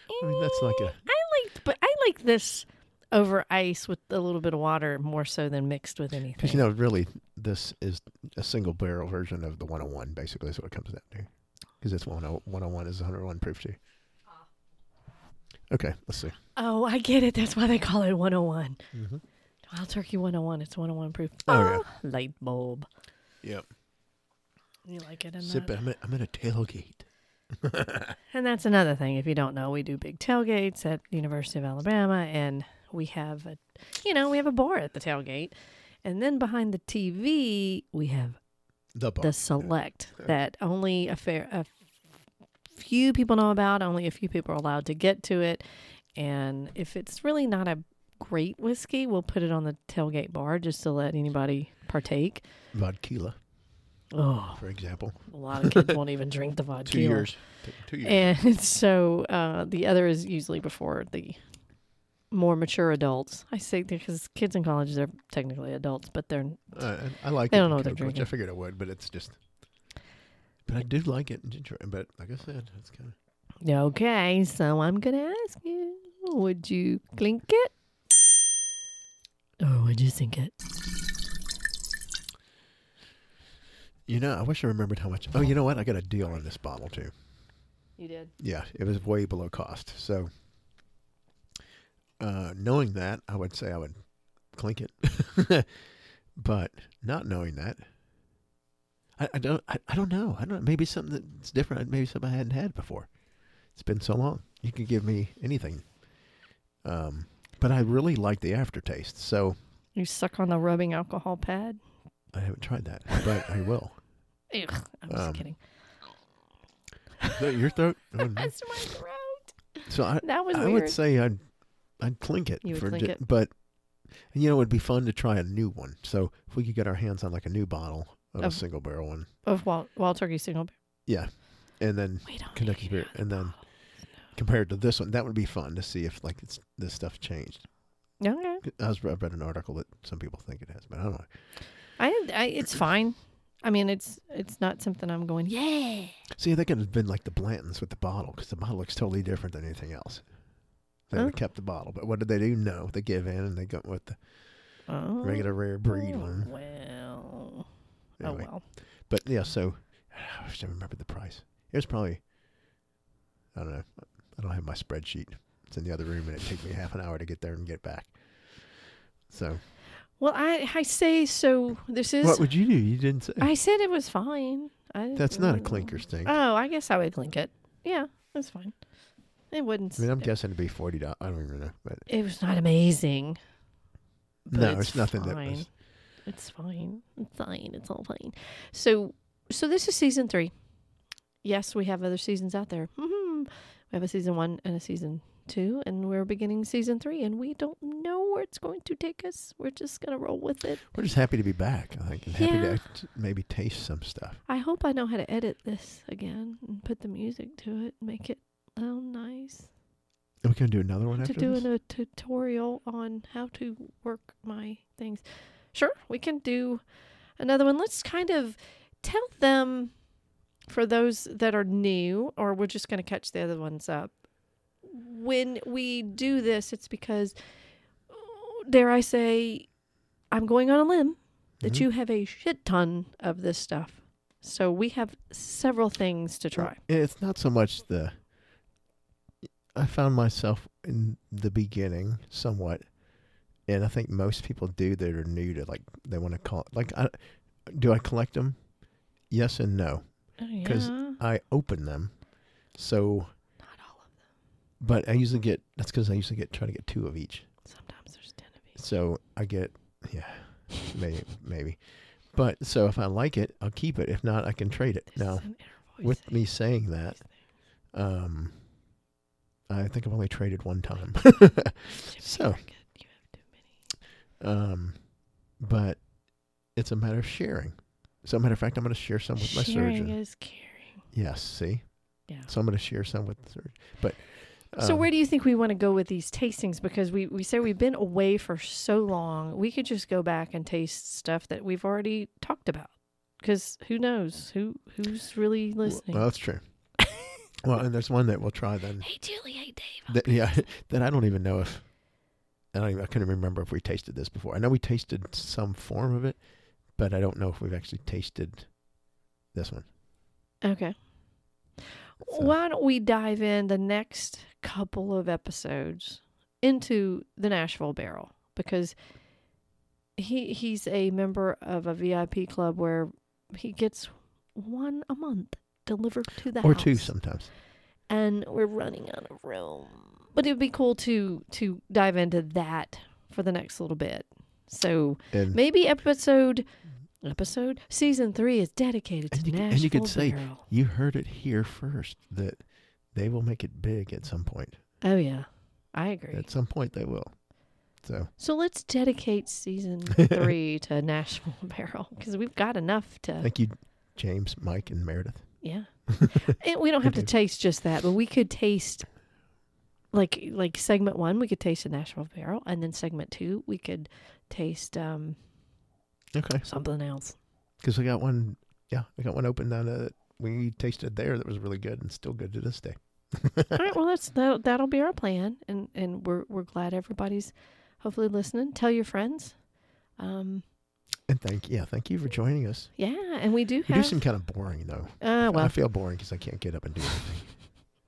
Speaker 2: I mean, that's like a
Speaker 1: I like, but I like this over ice with a little bit of water more so than mixed with anything.
Speaker 2: because you know really this is a single barrel version of the 101. Basically, is what it comes down to. Because it's oh, 10- 101 is 101 proof too. Okay, let's see.
Speaker 1: oh, I get it. That's why they call it 101.
Speaker 2: Mm-hmm.
Speaker 1: Wild Turkey 101. It's 101 proof.
Speaker 2: Oh, yeah.
Speaker 1: Light bulb.
Speaker 2: Yep.
Speaker 1: You like it in
Speaker 2: Sip
Speaker 1: that?
Speaker 2: it. I'm at, I'm at a tailgate.
Speaker 1: And that's another thing. If you don't know, we do big tailgates at the University of Alabama, and we have a, you know, we have a bar at the tailgate, and then behind the TV we have
Speaker 2: The bar.
Speaker 1: the select that only a fair a few people know about. Only a few people are allowed to get to it, And if it's really not a great whiskey, we'll put it on the tailgate bar just to let anybody partake.
Speaker 2: Vodkila,
Speaker 1: Oh,
Speaker 2: for example.
Speaker 1: a lot of kids won't even drink the vodka.
Speaker 2: Two years. T- Two years.
Speaker 1: And so uh, the other is usually before the more mature adults. I say because kids in college they're technically adults, but they're
Speaker 2: Uh, I I like
Speaker 1: They
Speaker 2: it
Speaker 1: don't know
Speaker 2: in
Speaker 1: what they're
Speaker 2: Coke, which I
Speaker 1: drinking.
Speaker 2: figured I would, but it's just. But I do like it in ginger. But like I said, it's kind of.
Speaker 1: okay. So I'm gonna ask you: Would you clink it, or Oh, would you sink it?
Speaker 2: You know, I wish I remembered how much. Oh, you know what? I got a deal on this bottle too.
Speaker 1: You did.
Speaker 2: Yeah, it was way below cost. So, uh, knowing that, I would say I would clink it. but not knowing that, I, I don't. I, I don't know. I don't. Maybe something that's different. Maybe something I hadn't had before. It's been so long. You can give me anything. Um, but I really like the aftertaste, so
Speaker 1: You suck on the rubbing alcohol pad.
Speaker 2: I haven't tried that, but I will.
Speaker 1: Ugh, I'm just
Speaker 2: Um,
Speaker 1: kidding.
Speaker 2: No, your throat. Oh, no.
Speaker 1: That's my throat.
Speaker 2: So I,
Speaker 1: That was
Speaker 2: I
Speaker 1: weird.
Speaker 2: would say I'd I'd clink it
Speaker 1: You would
Speaker 2: for
Speaker 1: clink
Speaker 2: ju-
Speaker 1: it.
Speaker 2: but and you know it'd be fun to try a new one. So if we could get our hands on like a new bottle of a
Speaker 1: Of-
Speaker 2: single barrel one,
Speaker 1: of wild, wild turkey single.
Speaker 2: and then
Speaker 1: We don't.
Speaker 2: Kentucky
Speaker 1: need
Speaker 2: Spirit,
Speaker 1: another
Speaker 2: and then- compared to this one, that would be fun to see if like it's, this stuff changed.
Speaker 1: bottle. okay.
Speaker 2: I was I read an article that some people think it has, but I don't know.
Speaker 1: I, I it's fine. I mean, it's it's not something I'm going. Yeah.
Speaker 2: See, that could have been like the Blantons with the bottle because the bottle looks totally different than anything else. They would have kept the bottle, but what did they do? No, they give in and they go with the
Speaker 1: Oh.
Speaker 2: regular rare breed one.
Speaker 1: Well. Oh
Speaker 2: Anyway.
Speaker 1: well.
Speaker 2: But yeah, so I wish I remembered the price. It was probably I don't know. I don't have my spreadsheet. It's in the other room, and it took me half an hour to get there and get back. So
Speaker 1: Well, I I say so. This is.
Speaker 2: what would you do? You didn't say.
Speaker 1: I said it was fine. I,
Speaker 2: That's not a clinker's thing.
Speaker 1: Oh, I guess I would clink it. Yeah, that's fine. It wouldn't.
Speaker 2: I mean, I'm
Speaker 1: it,
Speaker 2: guessing it'd be forty dollars. I don't even know, but
Speaker 1: it was not amazing. But
Speaker 2: no, it's, nothing that
Speaker 1: fine.
Speaker 2: was.
Speaker 1: It's fine. It's fine. It's all fine. So, so this is season three. Yes, we have other seasons out there. hmm We have a season one and a season two, and we're beginning season three, and we don't know where it's going to take us. We're just gonna roll with it.
Speaker 2: We're just happy to be back. I think, and happy to
Speaker 1: Yeah.
Speaker 2: act- maybe taste some stuff.
Speaker 1: I hope I know how to edit this again and put the music to it, make it sound nice.
Speaker 2: Are we gonna do another one after
Speaker 1: to doing
Speaker 2: this?
Speaker 1: a tutorial on how to work my things. Sure, we can do another one. Let's kind of tell them for those that are new, or we're just going to catch the other ones up. When we do this, it's because, dare I say, I'm going on a limb that
Speaker 2: Mhm.
Speaker 1: you have a shit ton of this stuff. So we have several things to try.
Speaker 2: Yeah, It's not so much the. I found myself in the beginning somewhat, and I think most people do that are new to like they want to call it like I, do I collect them? Yes and no.
Speaker 1: Oh,
Speaker 2: 'Cause-
Speaker 1: yeah.
Speaker 2: I open them, so
Speaker 1: Not all of them.
Speaker 2: but I usually get that's because I usually get try to get two of each.
Speaker 1: Sometimes there's 10 of each.
Speaker 2: So I get yeah, maybe maybe, but so if I like it, I'll keep it. If not, I can trade it.
Speaker 1: This
Speaker 2: Now
Speaker 1: is an inner
Speaker 2: with
Speaker 1: voice
Speaker 2: me saying
Speaker 1: thing.
Speaker 2: that, Um, I think I've only traded one time.
Speaker 1: Jimmy,
Speaker 2: so-
Speaker 1: you're good. You have too many.
Speaker 2: um, but it's a matter of sharing. So, matter of fact, I'm going to share some with my
Speaker 1: Sharing
Speaker 2: surgeon.
Speaker 1: is caring.
Speaker 2: Yes, see.
Speaker 1: Yeah.
Speaker 2: So I'm going to share some with the surgeon. But
Speaker 1: so
Speaker 2: um,
Speaker 1: where do you think we want to go with these tastings? Because we we say we've been away for so long, we could just go back and taste stuff that we've already talked about. Because who knows who who's really listening?
Speaker 2: Well, that's true. well, and there's one that we'll try then.
Speaker 1: hey Julie, hey Dave. I'll
Speaker 2: That,
Speaker 1: be
Speaker 2: yeah,
Speaker 1: listening.
Speaker 2: that I don't even know if I don't even, I couldn't remember if we tasted this before. I know we tasted some form of it, but I don't know if we've actually tasted this one.
Speaker 1: Okay.
Speaker 2: So-
Speaker 1: Why don't we dive in the next couple of episodes into the Nashville Barrel because he he's a member of a VIP club where he gets one a month delivered to the
Speaker 2: or
Speaker 1: house,
Speaker 2: two sometimes.
Speaker 1: and we're running out of room. But it would be cool to to dive into that for the next little bit. So
Speaker 2: And
Speaker 1: maybe episode episode season three is dedicated to
Speaker 2: And you c-
Speaker 1: Nashville
Speaker 2: and you could say-
Speaker 1: Barrel.
Speaker 2: You heard it here first that they will make it big at some point.
Speaker 1: Oh yeah, I agree.
Speaker 2: At some point, they will. So
Speaker 1: so let's dedicate season three to Nashville Barrel because we've got enough to.
Speaker 2: thank you, James, Mike, and Meredith.
Speaker 1: Yeah. and we don't have to
Speaker 2: do.
Speaker 1: taste just that, but we could taste like like segment one, we could taste the Nashville Barrel, and then segment two, we could taste um,
Speaker 2: Okay.
Speaker 1: something else.
Speaker 2: Because we got one. Yeah, we got one open down that we tasted there that was really good and still good to this day.
Speaker 1: All right, well that's that, that'll be our plan, and and we're we're glad everybody's hopefully listening. Tell your friends. Um,
Speaker 2: And thank yeah, thank you for joining us.
Speaker 1: yeah, and we do
Speaker 2: We
Speaker 1: have.
Speaker 2: do some kind of boring though.
Speaker 1: uh,
Speaker 2: I
Speaker 1: well,
Speaker 2: feel boring because I can't get up and do anything.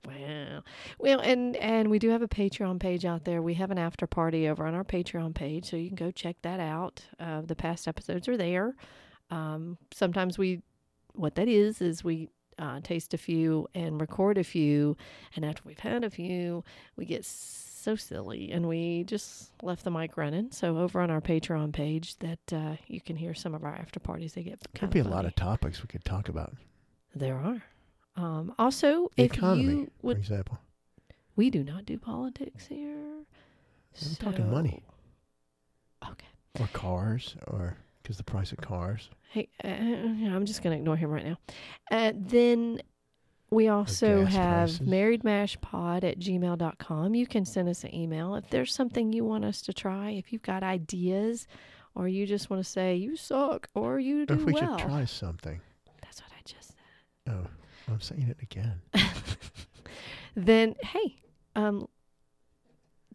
Speaker 1: Wow. Well, and and we do have a Patreon page out there. We have an after party over on our Patreon page, so you can go check that out. Uh, the past episodes are there. Um, sometimes we, what that is, is we uh, taste a few and record a few, and after we've had a few, we get so silly and we just left the mic running. So over on our Patreon page, that uh, you can hear some of our after parties. They get
Speaker 2: There'd
Speaker 1: kind
Speaker 2: be a
Speaker 1: funny.
Speaker 2: lot of topics we could talk about.
Speaker 1: there are. Um, also,
Speaker 2: The
Speaker 1: if
Speaker 2: economy,
Speaker 1: you would
Speaker 2: for example.
Speaker 1: we do not do politics here.
Speaker 2: I'm talking money.
Speaker 1: So- Okay.
Speaker 2: Or cars, or because the price of cars.
Speaker 1: Hey, uh, I'm just going to ignore him right now. Uh, then we also
Speaker 2: gas
Speaker 1: have
Speaker 2: prices.
Speaker 1: marriedmashpod at gmail.com. You can send us an email. If there's something you want us to try, if you've got ideas, or you just want to say you suck or you
Speaker 2: Or
Speaker 1: do
Speaker 2: if we
Speaker 1: Oh, well.
Speaker 2: should try something.
Speaker 1: That's what I just said.
Speaker 2: Oh, I'm saying it again.
Speaker 1: Then, hey, um,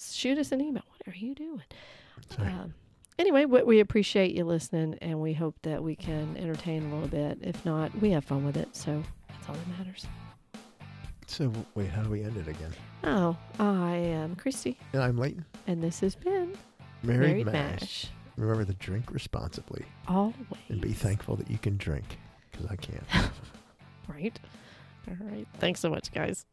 Speaker 1: shoot us an email. What are you doing?
Speaker 2: Sorry.
Speaker 1: Um, anyway, we, we appreciate you listening, and we hope that we can entertain a little bit. If not, we have fun with it, so that's all that matters.
Speaker 2: so w- wait, how do we end it again?
Speaker 1: Oh, I am Christy,
Speaker 2: And I'm Leighton.
Speaker 1: and this has been
Speaker 2: Married, Mash. Remember to drink responsibly
Speaker 1: Always.
Speaker 2: and be thankful that you can drink because I can't.
Speaker 1: Right? All right. Thanks so much, guys.